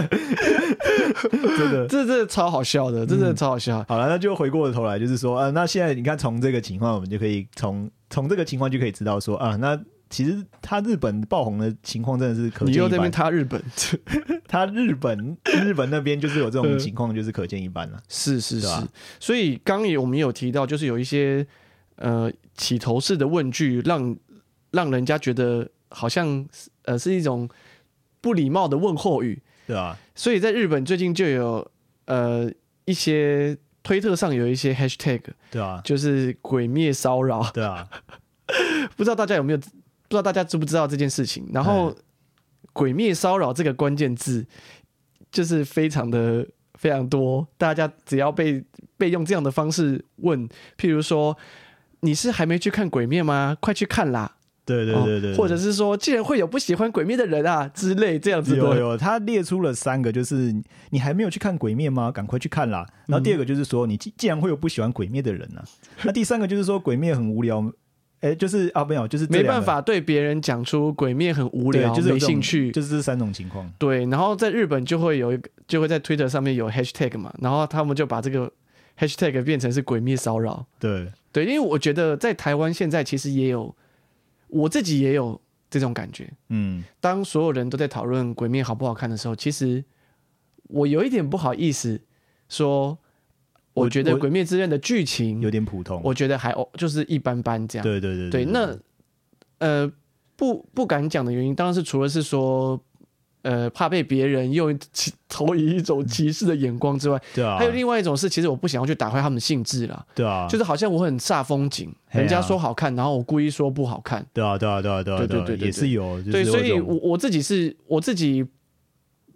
[SPEAKER 1] 的。
[SPEAKER 2] 这真的超好笑的，这真
[SPEAKER 1] 嗯
[SPEAKER 2] 的超好笑。
[SPEAKER 1] 好了，那就回过头来，就是说，啊，那现在你看，从这个情况，我们就可以从从这个情况就可以知道说，啊，那其实他日本爆红的情况真的是可
[SPEAKER 2] 你
[SPEAKER 1] 见
[SPEAKER 2] 又
[SPEAKER 1] 一
[SPEAKER 2] 在那边
[SPEAKER 1] 斑。
[SPEAKER 2] 踏日本，
[SPEAKER 1] 他日本日本那边就是有这种情况，就是可见一斑了、
[SPEAKER 2] 是是是
[SPEAKER 1] 对啊。
[SPEAKER 2] 所以刚刚也我们也有提到，就是有一些呃起头式的问句让，让人家觉得好像呃是一种不礼貌的问候语，
[SPEAKER 1] 对吧？
[SPEAKER 2] 所以在日本最近就有呃一些推特上有一些 hashtag
[SPEAKER 1] 对吧？
[SPEAKER 2] 就是“鬼灭骚扰”，
[SPEAKER 1] 对啊，
[SPEAKER 2] 不知道大家有没有，不知道大家知不知道这件事情。然
[SPEAKER 1] 哎
[SPEAKER 2] 后“鬼灭骚扰”这个关键字，就是非常的非常多，大家只要被被用这样的方式问，譬如说。你是还没去看《鬼灭》吗？快去看啦！
[SPEAKER 1] 对对
[SPEAKER 2] 哦
[SPEAKER 1] 对对，
[SPEAKER 2] 或者
[SPEAKER 1] 是
[SPEAKER 2] 是说，竟然会有不喜欢《鬼灭》的人啊之类这样子的，
[SPEAKER 1] 有有，他列出了三个，就是你还没有去看《鬼灭》吗？赶快去看
[SPEAKER 2] 嗯
[SPEAKER 1] 啦。然后第二个就是说，你既既然会有不喜欢《鬼灭》的人 呢、那第三个就是说，《鬼灭》很无聊。哎，就是啊，没有，就是这
[SPEAKER 2] 没
[SPEAKER 1] 两个
[SPEAKER 2] 办法对别人讲出《鬼灭》很无
[SPEAKER 1] 对
[SPEAKER 2] 聊，
[SPEAKER 1] 就是有
[SPEAKER 2] 没
[SPEAKER 1] 这种
[SPEAKER 2] 兴趣，
[SPEAKER 1] 就是这三种情况。
[SPEAKER 2] 对，然后在日本就会有一个，就会在 Twitter 上面有 hashtag 嘛，然后他们就把这个 hashtag 变成是“鬼灭骚扰
[SPEAKER 1] 对，”。
[SPEAKER 2] 对，因为我觉得在台湾现在其实也有，我自己也有这种感觉。
[SPEAKER 1] 嗯，
[SPEAKER 2] 当所有人都在讨论《鬼灭》好不好看的时候，其实我有一点不好意思说，
[SPEAKER 1] 我
[SPEAKER 2] 我觉得
[SPEAKER 1] 我
[SPEAKER 2] 《鬼灭之刃》的剧情，
[SPEAKER 1] 有
[SPEAKER 2] 我
[SPEAKER 1] 点普通。
[SPEAKER 2] 觉得还哦，就是一般般这样。
[SPEAKER 1] 对对对
[SPEAKER 2] 对，那呃不不敢讲的原因，当然是除了是说，呃怕被别人用其 投以一种歧视的眼光之外，
[SPEAKER 1] 对啊，
[SPEAKER 2] 还有另外一种是，其实我不想要去打坏他们的兴致啦，
[SPEAKER 1] 对啊，
[SPEAKER 2] 就是好像我很煞风景，
[SPEAKER 1] 嘿啊
[SPEAKER 2] 人家说好看，然后我故意说不好看，
[SPEAKER 1] 对啊，对啊，对啊，对啊，
[SPEAKER 2] 对对
[SPEAKER 1] 啊
[SPEAKER 2] 对对
[SPEAKER 1] 也是有，就是
[SPEAKER 2] 对，
[SPEAKER 1] 有
[SPEAKER 2] 所以
[SPEAKER 1] 一
[SPEAKER 2] 我
[SPEAKER 1] 种
[SPEAKER 2] 我自己是我自己，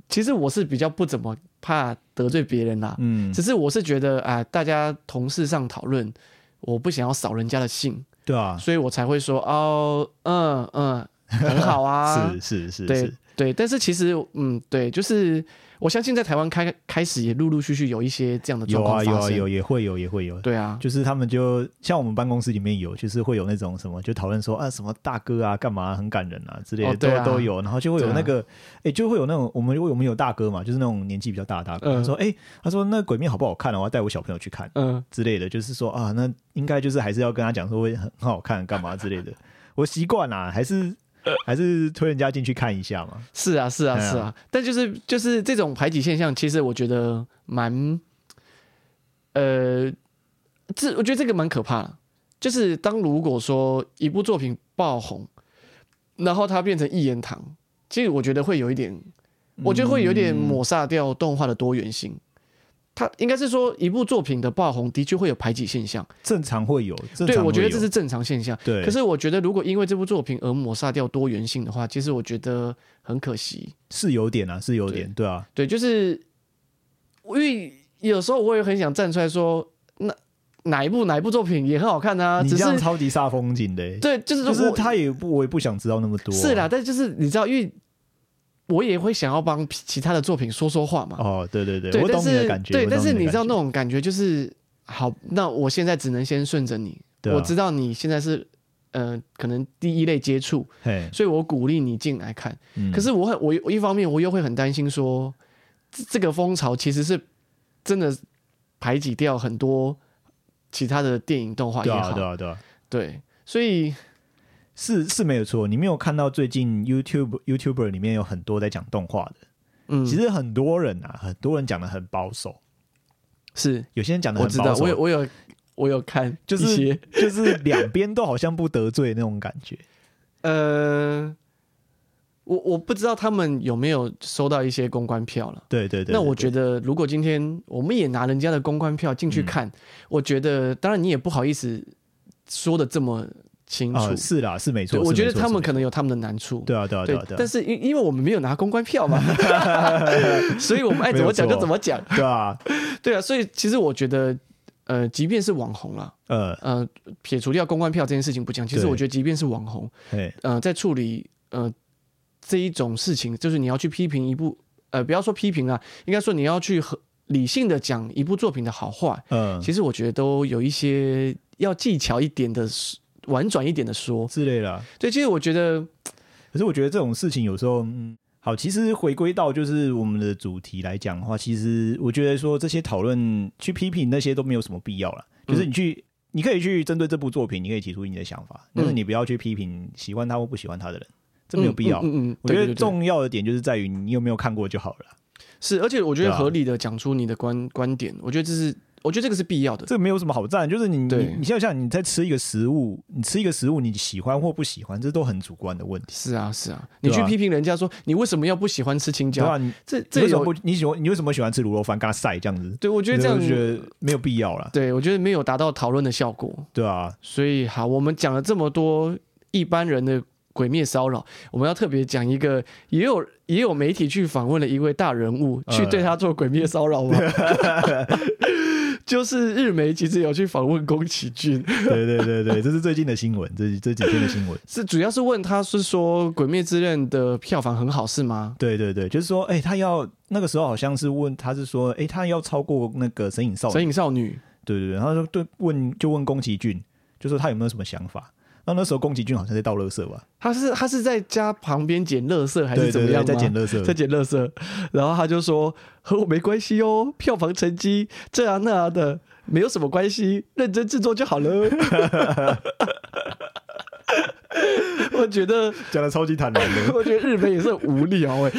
[SPEAKER 2] 其实我是比较不怎么怕得罪别人啦，
[SPEAKER 1] 嗯，
[SPEAKER 2] 只是我是觉得啊、大家同事上讨论，我不想要扫人家的兴。
[SPEAKER 1] 对啊，
[SPEAKER 2] 所以我才会说哦，嗯嗯，很好啊，
[SPEAKER 1] 是是是
[SPEAKER 2] 对
[SPEAKER 1] 是，
[SPEAKER 2] 对。但是其实，嗯，对，就是我相信在台湾开开始也陆陆续续有一些这样的状
[SPEAKER 1] 有
[SPEAKER 2] 况
[SPEAKER 1] 啊
[SPEAKER 2] 发
[SPEAKER 1] 有啊
[SPEAKER 2] 生，
[SPEAKER 1] 有，也会有也会有，
[SPEAKER 2] 对啊，
[SPEAKER 1] 就是他们就像我们办公室里面有，就是会有那种什么，就讨论说啊什么大哥啊干嘛很感人啊之类的，
[SPEAKER 2] 哦对啊
[SPEAKER 1] 都都有，然后就会有
[SPEAKER 2] 对啊
[SPEAKER 1] 那个，哎、就会有那种我们我们有大哥嘛，就是那种年纪比较大的大哥，
[SPEAKER 2] 嗯
[SPEAKER 1] 他说哎、他说那鬼面好不好看啊？我要带我小朋友去看
[SPEAKER 2] 嗯，
[SPEAKER 1] 之类的，就是说啊，那应该就是还是要跟他讲说会很很好看干嘛之类的，我习惯啦，还 是还是推人家进去看一下嘛，
[SPEAKER 2] 是啊，是啊，
[SPEAKER 1] 对啊
[SPEAKER 2] 是啊。但就是就是这种排挤现象，其实我觉得蛮，呃，这我觉得这个蛮可怕的。就是当如果说一部作品爆红，然后它变成一言堂，其实我觉得会有一点，我觉得会有
[SPEAKER 1] 嗯
[SPEAKER 2] 点抹杀掉动画的多元性。它应该是说一部作品的爆红的确会有排挤现象，
[SPEAKER 1] 正常会有，正常
[SPEAKER 2] 对
[SPEAKER 1] 会
[SPEAKER 2] 我觉得
[SPEAKER 1] 有
[SPEAKER 2] 这是正常现象。
[SPEAKER 1] 对，
[SPEAKER 2] 可是我觉得如果因为这部作品而抹杀掉多元性的话，其实我觉得很可惜。
[SPEAKER 1] 是有点啊，是有点，对啊，
[SPEAKER 2] 对，就是因为有时候我也很想站出来说，那哪一部哪一部作品也很好看啊，
[SPEAKER 1] 你
[SPEAKER 2] 只
[SPEAKER 1] 这
[SPEAKER 2] 是
[SPEAKER 1] 样超级煞风景的、欸，
[SPEAKER 2] 对，就是
[SPEAKER 1] 就
[SPEAKER 2] 我
[SPEAKER 1] 是他也不，我也不想知道那么多、啊
[SPEAKER 2] 是啦，，但就是你知道，因为我也会想要帮其他的作品说说话嘛。
[SPEAKER 1] 哦，对对对，
[SPEAKER 2] 对，
[SPEAKER 1] 我
[SPEAKER 2] 但
[SPEAKER 1] 懂你的
[SPEAKER 2] 是
[SPEAKER 1] 感觉，
[SPEAKER 2] 对，
[SPEAKER 1] 我懂
[SPEAKER 2] 但是
[SPEAKER 1] 的
[SPEAKER 2] 你知道
[SPEAKER 1] 感
[SPEAKER 2] 那
[SPEAKER 1] 觉
[SPEAKER 2] 种感觉就是，好，那我现在只能先顺着你，
[SPEAKER 1] 对啊
[SPEAKER 2] 我知道你现在是。呃，可能第一类接触，
[SPEAKER 1] 嘿，
[SPEAKER 2] 所以我鼓励你进来看。
[SPEAKER 1] 嗯
[SPEAKER 2] 可是我很我我一方面我又会很担心说，这这个风潮其实是真的排挤掉很多其他的电影动画也
[SPEAKER 1] 对
[SPEAKER 2] 好，
[SPEAKER 1] 啊对啊对啊，
[SPEAKER 2] 对所以
[SPEAKER 1] 是是没有错，你没有看到最近 YouTube YouTuber 里面有很多在讲动画的，
[SPEAKER 2] 嗯，
[SPEAKER 1] 其实很多人啊，很多人讲的很保守，
[SPEAKER 2] 是
[SPEAKER 1] 有些人讲的
[SPEAKER 2] 我
[SPEAKER 1] 很
[SPEAKER 2] 知
[SPEAKER 1] 保
[SPEAKER 2] 道，我有
[SPEAKER 1] 守，
[SPEAKER 2] 我有我有看一
[SPEAKER 1] 就
[SPEAKER 2] 些，
[SPEAKER 1] 是就是两边都好像不得罪那种感 觉，
[SPEAKER 2] 呃，我我不知道他们有没有收到一些公关票了。
[SPEAKER 1] 对对对
[SPEAKER 2] 那我
[SPEAKER 1] 对
[SPEAKER 2] 觉得，如果今天我们也拿人家的公关票进去
[SPEAKER 1] 嗯
[SPEAKER 2] 看，我觉得当然你也不好意思说的这么清楚，
[SPEAKER 1] 啊是啦，是没
[SPEAKER 2] 对，
[SPEAKER 1] 错，
[SPEAKER 2] 我
[SPEAKER 1] 是
[SPEAKER 2] 觉
[SPEAKER 1] 没
[SPEAKER 2] 得
[SPEAKER 1] 错
[SPEAKER 2] 他
[SPEAKER 1] 是
[SPEAKER 2] 们
[SPEAKER 1] 没
[SPEAKER 2] 可能有他们的难处
[SPEAKER 1] 错。对啊对啊对啊对啊，
[SPEAKER 2] 但是因因为我们没有拿公关 票嘛，所以我们爱怎么讲
[SPEAKER 1] 没有错
[SPEAKER 2] 就怎么讲。
[SPEAKER 1] 对啊，
[SPEAKER 2] 对啊，所以其实我觉得，呃，即便是网红啦，
[SPEAKER 1] 呃，
[SPEAKER 2] 呃，撇除掉公关票这件事情不讲，其实
[SPEAKER 1] 对
[SPEAKER 2] 我觉得即便是网红，
[SPEAKER 1] 嘿，
[SPEAKER 2] 呃，在处理呃这一种事情，就是你要去批评一部，呃，不要说批评啊，应该说你要去和理性的讲一部作品的好坏，
[SPEAKER 1] 嗯，
[SPEAKER 2] 其实我觉得都有一些要技巧一点的。婉转一点的说，
[SPEAKER 1] 之类的啊。
[SPEAKER 2] 对，其实我觉得
[SPEAKER 1] 可是我觉得这种事情有时候，嗯，好，其实回归到就是我们的主题来讲的话，其实我觉得说这些讨论去批评那些都没有什么必要了。
[SPEAKER 2] 嗯
[SPEAKER 1] 就是你去，你可以去针对这部作品，你可以提出你的想法，但是你不要去批评喜欢他或不喜欢他的人，这没有必要。
[SPEAKER 2] 嗯嗯嗯嗯嗯，
[SPEAKER 1] 我觉
[SPEAKER 2] 对
[SPEAKER 1] 得
[SPEAKER 2] 对对
[SPEAKER 1] 重要的点就是在于你有没有看过就好了啦。
[SPEAKER 2] 是，而且我觉
[SPEAKER 1] 对
[SPEAKER 2] 得
[SPEAKER 1] 啊
[SPEAKER 2] 合理的讲出你的观观点，我觉得这是我觉得这个是必要的。
[SPEAKER 1] 这个没有什么好赞，就是你
[SPEAKER 2] 对
[SPEAKER 1] 你你想想，你在吃一个食物，你吃一个食物，你喜欢或不喜欢，这都很主观的问题，
[SPEAKER 2] 是啊，是啊，你
[SPEAKER 1] 对
[SPEAKER 2] 去
[SPEAKER 1] 啊
[SPEAKER 2] 批评人家说你为什么要不喜欢吃青
[SPEAKER 1] 对吧？
[SPEAKER 2] 椒？
[SPEAKER 1] 你
[SPEAKER 2] 这
[SPEAKER 1] 你
[SPEAKER 2] 啊这
[SPEAKER 1] 为什么
[SPEAKER 2] 有
[SPEAKER 1] 不你喜欢你为什么喜欢吃卤肉饭？跟他晒这样子，
[SPEAKER 2] 对我觉得这
[SPEAKER 1] 我就觉
[SPEAKER 2] 样，
[SPEAKER 1] 得没有必要啦，
[SPEAKER 2] 对我觉得没有达到讨论的效果。
[SPEAKER 1] 对啊，
[SPEAKER 2] 所以好，我们讲了这么多一般人的鬼灭骚扰，我们要特别讲一个，也有也有媒体去访问了一位大人物，
[SPEAKER 1] 呃
[SPEAKER 2] 去对他做鬼灭骚扰 吗？ 就是日媒其实有去访问宫崎骏，
[SPEAKER 1] 对对对对， 这是最近的新闻，这这几天的新闻。
[SPEAKER 2] 是主要是问他是说《鬼灭之刃》的票房很好是吗？
[SPEAKER 1] 对对对，就是说，哎、他要那个时候好像是问，他是说，哎、他要超过那个《神隐少
[SPEAKER 2] 《
[SPEAKER 1] 女》
[SPEAKER 2] 神隐少女
[SPEAKER 1] 对对对，他说对，问就问宫崎骏，就说他有没有什么想法。那那时候宫崎骏好像在倒垃圾吧，》，
[SPEAKER 2] 他是他是在家旁边捡垃圾还是
[SPEAKER 1] 对
[SPEAKER 2] 怎
[SPEAKER 1] 对
[SPEAKER 2] 么样
[SPEAKER 1] 对，
[SPEAKER 2] 吗？
[SPEAKER 1] 在捡垃圾，
[SPEAKER 2] 在捡垃圾，然后他就说和我没关系哦，票房成绩这啊那啊的没有什么关系，认真制作就好了。 我觉得，
[SPEAKER 1] 讲的超级坦然 的。
[SPEAKER 2] 我觉得日本也是很无聊哎、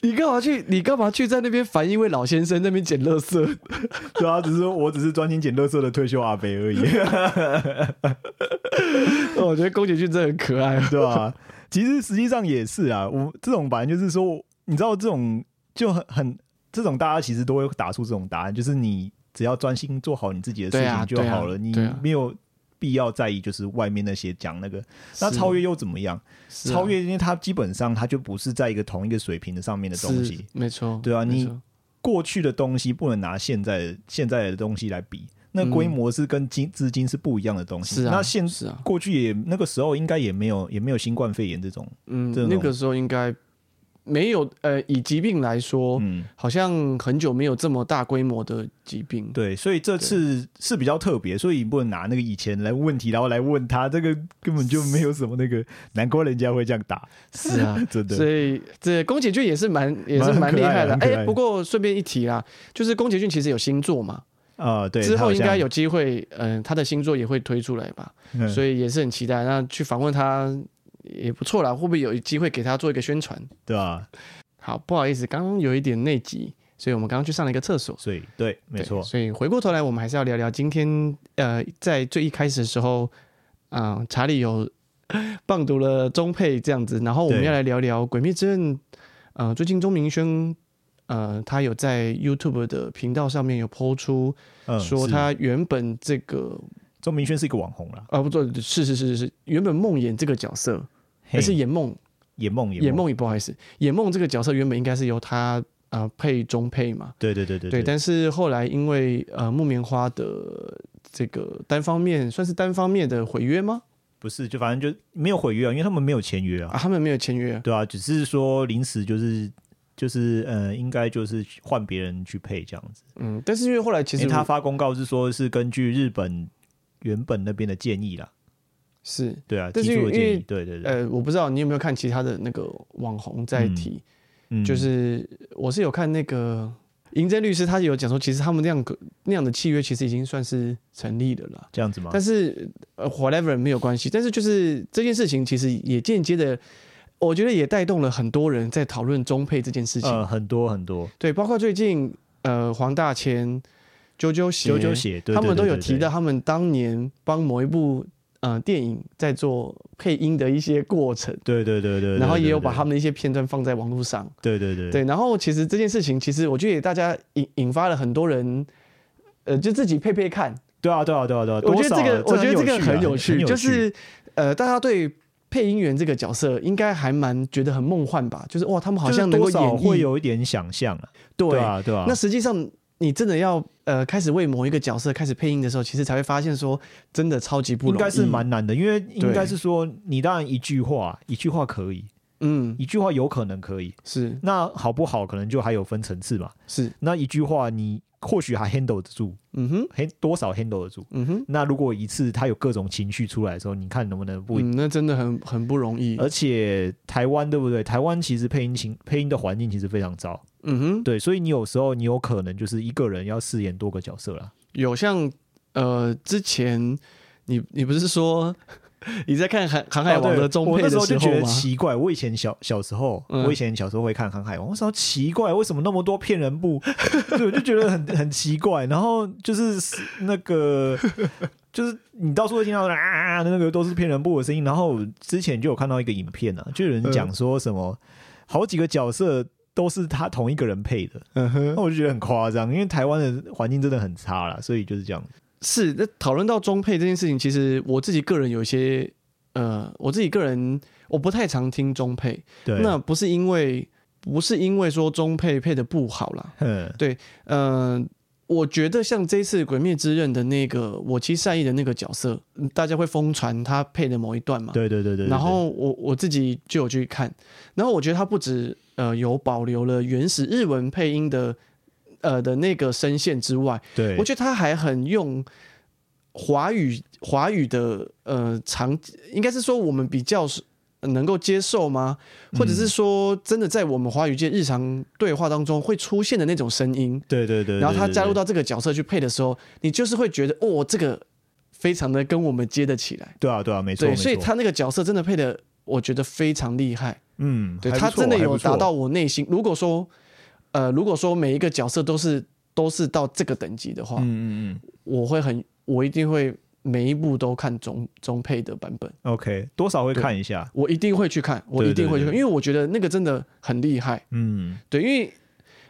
[SPEAKER 2] 你干嘛去？你干嘛去在那边烦一位老先生那边捡垃圾？
[SPEAKER 1] 对啊，只是我只是专心捡垃圾的退休阿伯而 已，
[SPEAKER 2] 我觉得宫崎骏真的很可爱。
[SPEAKER 1] 对吧、啊其实实际上也是啊，我这种反正就是说，你知道这种就很很这种大家其实都会打出这种答案，就是你只要专心做好你自己的事
[SPEAKER 2] 对啊
[SPEAKER 1] 情就好了，
[SPEAKER 2] 对啊
[SPEAKER 1] 你
[SPEAKER 2] 对啊
[SPEAKER 1] 没有必要在意就是外面那些讲那个，那
[SPEAKER 2] 是
[SPEAKER 1] 超越又怎么样？
[SPEAKER 2] 是啊
[SPEAKER 1] 超越，因为它基本上它就不是在一个同一个水平的上面的东
[SPEAKER 2] 是
[SPEAKER 1] 西。
[SPEAKER 2] 没错。
[SPEAKER 1] 对啊
[SPEAKER 2] 没
[SPEAKER 1] 你
[SPEAKER 2] 错
[SPEAKER 1] 过去的东西不能拿现在的现在的东西来比，那规模是跟金资金是不一样的东西。
[SPEAKER 2] 是啊，
[SPEAKER 1] 那现
[SPEAKER 2] 是啊，
[SPEAKER 1] 过去也那个时候应该也没有也没有新冠肺炎这种，
[SPEAKER 2] 嗯
[SPEAKER 1] 这，种
[SPEAKER 2] 那个时候应该没有呃，以疾病来说，
[SPEAKER 1] 嗯，
[SPEAKER 2] 好像很久没有这么大规模的疾病。
[SPEAKER 1] 对，所以这次是比较特别，所以你不能拿那个以前来问题，然后来问他，这个根本就没有什么那个，难怪人家会这样打，
[SPEAKER 2] 是啊，
[SPEAKER 1] 真的
[SPEAKER 2] 所以这宫崎骏也是蛮也是
[SPEAKER 1] 蛮
[SPEAKER 2] 蛮厉害的。
[SPEAKER 1] 很可爱很可
[SPEAKER 2] 哎、
[SPEAKER 1] 爱
[SPEAKER 2] 不过顺便一提啦，就是宫崎骏其实有星座嘛，
[SPEAKER 1] 啊、对，
[SPEAKER 2] 之
[SPEAKER 1] 他好
[SPEAKER 2] 后应该
[SPEAKER 1] 像
[SPEAKER 2] 有机会，嗯、他的星座也会推出来吧，
[SPEAKER 1] 嗯
[SPEAKER 2] 所以也是很期待。那去访问他也不错啦，会不会有机会给他做一个宣传？
[SPEAKER 1] 对吧、啊
[SPEAKER 2] 好，不好意思，刚刚有一点内急，所以我们刚刚去上了一个厕所。
[SPEAKER 1] 所以对，没
[SPEAKER 2] 对
[SPEAKER 1] 错，
[SPEAKER 2] 所以回过头来，我们还是要聊聊今天呃，在最一开始的时候，啊、查理有呃棒读了中配这样子，然后我们
[SPEAKER 1] 对
[SPEAKER 2] 要来聊聊《鬼灭之刃》。呃，最近钟明轩呃，他有在 YouTube 的频道上面有抛出
[SPEAKER 1] 嗯，
[SPEAKER 2] 说
[SPEAKER 1] 是
[SPEAKER 2] 他原本这个、
[SPEAKER 1] 钟明轩是一个网红啦，
[SPEAKER 2] 啊，不对，是是是是是，原本梦魇这个角色，还
[SPEAKER 1] 嘿
[SPEAKER 2] 是演梦
[SPEAKER 1] 野梦
[SPEAKER 2] 演，梦，不好意思，演梦这个角色原本应该是由他呃配中配嘛，
[SPEAKER 1] 对对对对
[SPEAKER 2] 对，但是后来因为呃木棉花的这个单方面算是单方面的毁约吗？
[SPEAKER 1] 不是，就反正就没有毁约啊，因为他们没有签约啊，
[SPEAKER 2] 啊，他们没有签约，
[SPEAKER 1] 对啊，只是说临时就是就是呃，应该就是换别人去配这样子。
[SPEAKER 2] 嗯，但是因为后来其
[SPEAKER 1] 其
[SPEAKER 2] 实
[SPEAKER 1] 实他发公告是说是根据日本原本那边的建议啦，
[SPEAKER 2] 是
[SPEAKER 1] 对啊，
[SPEAKER 2] 但
[SPEAKER 1] 提
[SPEAKER 2] 是
[SPEAKER 1] 出的
[SPEAKER 2] 因为
[SPEAKER 1] 建议，对对对，
[SPEAKER 2] 呃，我不知道你有没有看其他的那个网红在提，
[SPEAKER 1] 嗯
[SPEAKER 2] 就是我是有看那个银针律师，他有讲说，其实他们那样个那样的契约其实已经算是成立的了。
[SPEAKER 1] 这样子吗？
[SPEAKER 2] 但是呃，whatever 没有关系，但是就是这件事情其实也间接的，我觉得也带动了很多人在讨论中配这件事情。
[SPEAKER 1] 呃，很多很多
[SPEAKER 2] 对，包括最近呃黄大千、啾啾鞋、
[SPEAKER 1] 九九写，对
[SPEAKER 2] 他们
[SPEAKER 1] 对
[SPEAKER 2] 都
[SPEAKER 1] 对
[SPEAKER 2] 有
[SPEAKER 1] 对
[SPEAKER 2] 提到他们当年帮某一部呃电影在做配音的一些过程，
[SPEAKER 1] 对对对对对，
[SPEAKER 2] 然后
[SPEAKER 1] 对
[SPEAKER 2] 也有
[SPEAKER 1] 对
[SPEAKER 2] 把他们的一些片段放在网络上。
[SPEAKER 1] 对对对
[SPEAKER 2] 对，然后其实这件事情，其实我觉得也大家引引发了很多人。呃，就自己配配看，
[SPEAKER 1] 对啊对啊对啊对啊，
[SPEAKER 2] 我觉
[SPEAKER 1] 多
[SPEAKER 2] 得这
[SPEAKER 1] 少
[SPEAKER 2] 个，我觉得这个很
[SPEAKER 1] 很
[SPEAKER 2] 有
[SPEAKER 1] 有
[SPEAKER 2] 趣，
[SPEAKER 1] 趣啊，
[SPEAKER 2] 就是呃，大家对配音员这个角色应该还蛮觉得很梦幻吧，就是哇，他们好
[SPEAKER 1] 好
[SPEAKER 2] 像
[SPEAKER 1] 像
[SPEAKER 2] 能够
[SPEAKER 1] 多
[SPEAKER 2] 演
[SPEAKER 1] 少会
[SPEAKER 2] 绎，
[SPEAKER 1] 有一点想象啊，
[SPEAKER 2] 对
[SPEAKER 1] 对啊对啊，
[SPEAKER 2] 那实际上，你真的要呃开始为某一个角色开始配音的时候，其实才会发现说，真的超级不容易。
[SPEAKER 1] 应该是蛮难的，因为应
[SPEAKER 2] 对
[SPEAKER 1] 该是说，你当然一句话，一句话可以，
[SPEAKER 2] 嗯，
[SPEAKER 1] 一句话有可能可以，
[SPEAKER 2] 是
[SPEAKER 1] 那好不好可能就还有分层次嘛。
[SPEAKER 2] 是，
[SPEAKER 1] 那一句话你或许还 handle 得住
[SPEAKER 2] 嗯哼，
[SPEAKER 1] ，hand 多少 handle 得住。
[SPEAKER 2] 嗯哼，
[SPEAKER 1] 那如果一次他有各种情绪出来的时候，你看能不能不？呃
[SPEAKER 2] 嗯，那真的很很不容易。
[SPEAKER 1] 而且台湾对不对？台湾其实配音情配音的环境其实非常糟，
[SPEAKER 2] 嗯哼，
[SPEAKER 1] 对，所以你有时候你有可能就是一个人要饰演多个角色啦。
[SPEAKER 2] 有像呃之前你你不是说 你在看《航航海王》的中
[SPEAKER 1] 啊我
[SPEAKER 2] 配
[SPEAKER 1] 那
[SPEAKER 2] 的
[SPEAKER 1] 时候就觉得
[SPEAKER 2] 吗？
[SPEAKER 1] 奇怪，我以前小小时候，
[SPEAKER 2] 嗯
[SPEAKER 1] 我以前小时候会看《航海王》，我想奇怪为什么那么多骗人部，对，我就觉得很很奇怪。然后就是那个，就是你到处会听到啊啊啊那个都是骗人部的声音。然后之前就有看到一个影片啊，就有人讲说什么、好几个角色都是他同一个人配的，
[SPEAKER 2] 嗯哼，
[SPEAKER 1] 那我就觉得很夸张，因为台湾的环境真的很差啦，所以就是这样。
[SPEAKER 2] 是。那讨论到中配这件事情，其实我自己个人有一些呃，我自己个人我不太常听中配，
[SPEAKER 1] 对，
[SPEAKER 2] 那不是因为不是因为说中配配的不好啦，
[SPEAKER 1] 嗯
[SPEAKER 2] 嗯、我觉得像这次《鬼灭之刃》的那个我妻善意的那个角色，嗯大家会疯传他配的某一段嘛？
[SPEAKER 1] 对对对对对，
[SPEAKER 2] 然后我我自己就有去看，然后我觉得它不止呃有保留了原始日文配音的呃的那个声线之外，
[SPEAKER 1] 对，
[SPEAKER 2] 我觉得它还很用华语华语的呃场，应该是说我们比较是呃能够接受吗？
[SPEAKER 1] 嗯
[SPEAKER 2] 或者是说真的在我们华语界日常对话当中会出现的那种声音，
[SPEAKER 1] 对对对，
[SPEAKER 2] 然后他
[SPEAKER 1] 对
[SPEAKER 2] 加入。
[SPEAKER 1] 对对
[SPEAKER 2] 到这个角色去配的时候，你就是会觉得哦，这个非常的跟我们接得起来。
[SPEAKER 1] 对啊，对啊，没错，
[SPEAKER 2] 对，
[SPEAKER 1] 没
[SPEAKER 2] 所以
[SPEAKER 1] 错
[SPEAKER 2] 他那个角色真的配的，我觉得非常厉害。
[SPEAKER 1] 嗯，
[SPEAKER 2] 对
[SPEAKER 1] 还不
[SPEAKER 2] 他
[SPEAKER 1] 错
[SPEAKER 2] 真的
[SPEAKER 1] 还
[SPEAKER 2] 有
[SPEAKER 1] 不错
[SPEAKER 2] 达到我内心。如果说，呃，如果说每一个角色都是都是到这个等级的话，
[SPEAKER 1] 嗯嗯
[SPEAKER 2] 我会很，我一定会每一部都看中中配的版本，
[SPEAKER 1] 嗯，OK，多少会看一下，
[SPEAKER 2] 我一定会去看，我
[SPEAKER 1] 对
[SPEAKER 2] 一定会去看，
[SPEAKER 1] 对对
[SPEAKER 2] 因为我觉得那个真的很厉害。
[SPEAKER 1] 嗯，
[SPEAKER 2] 对，因为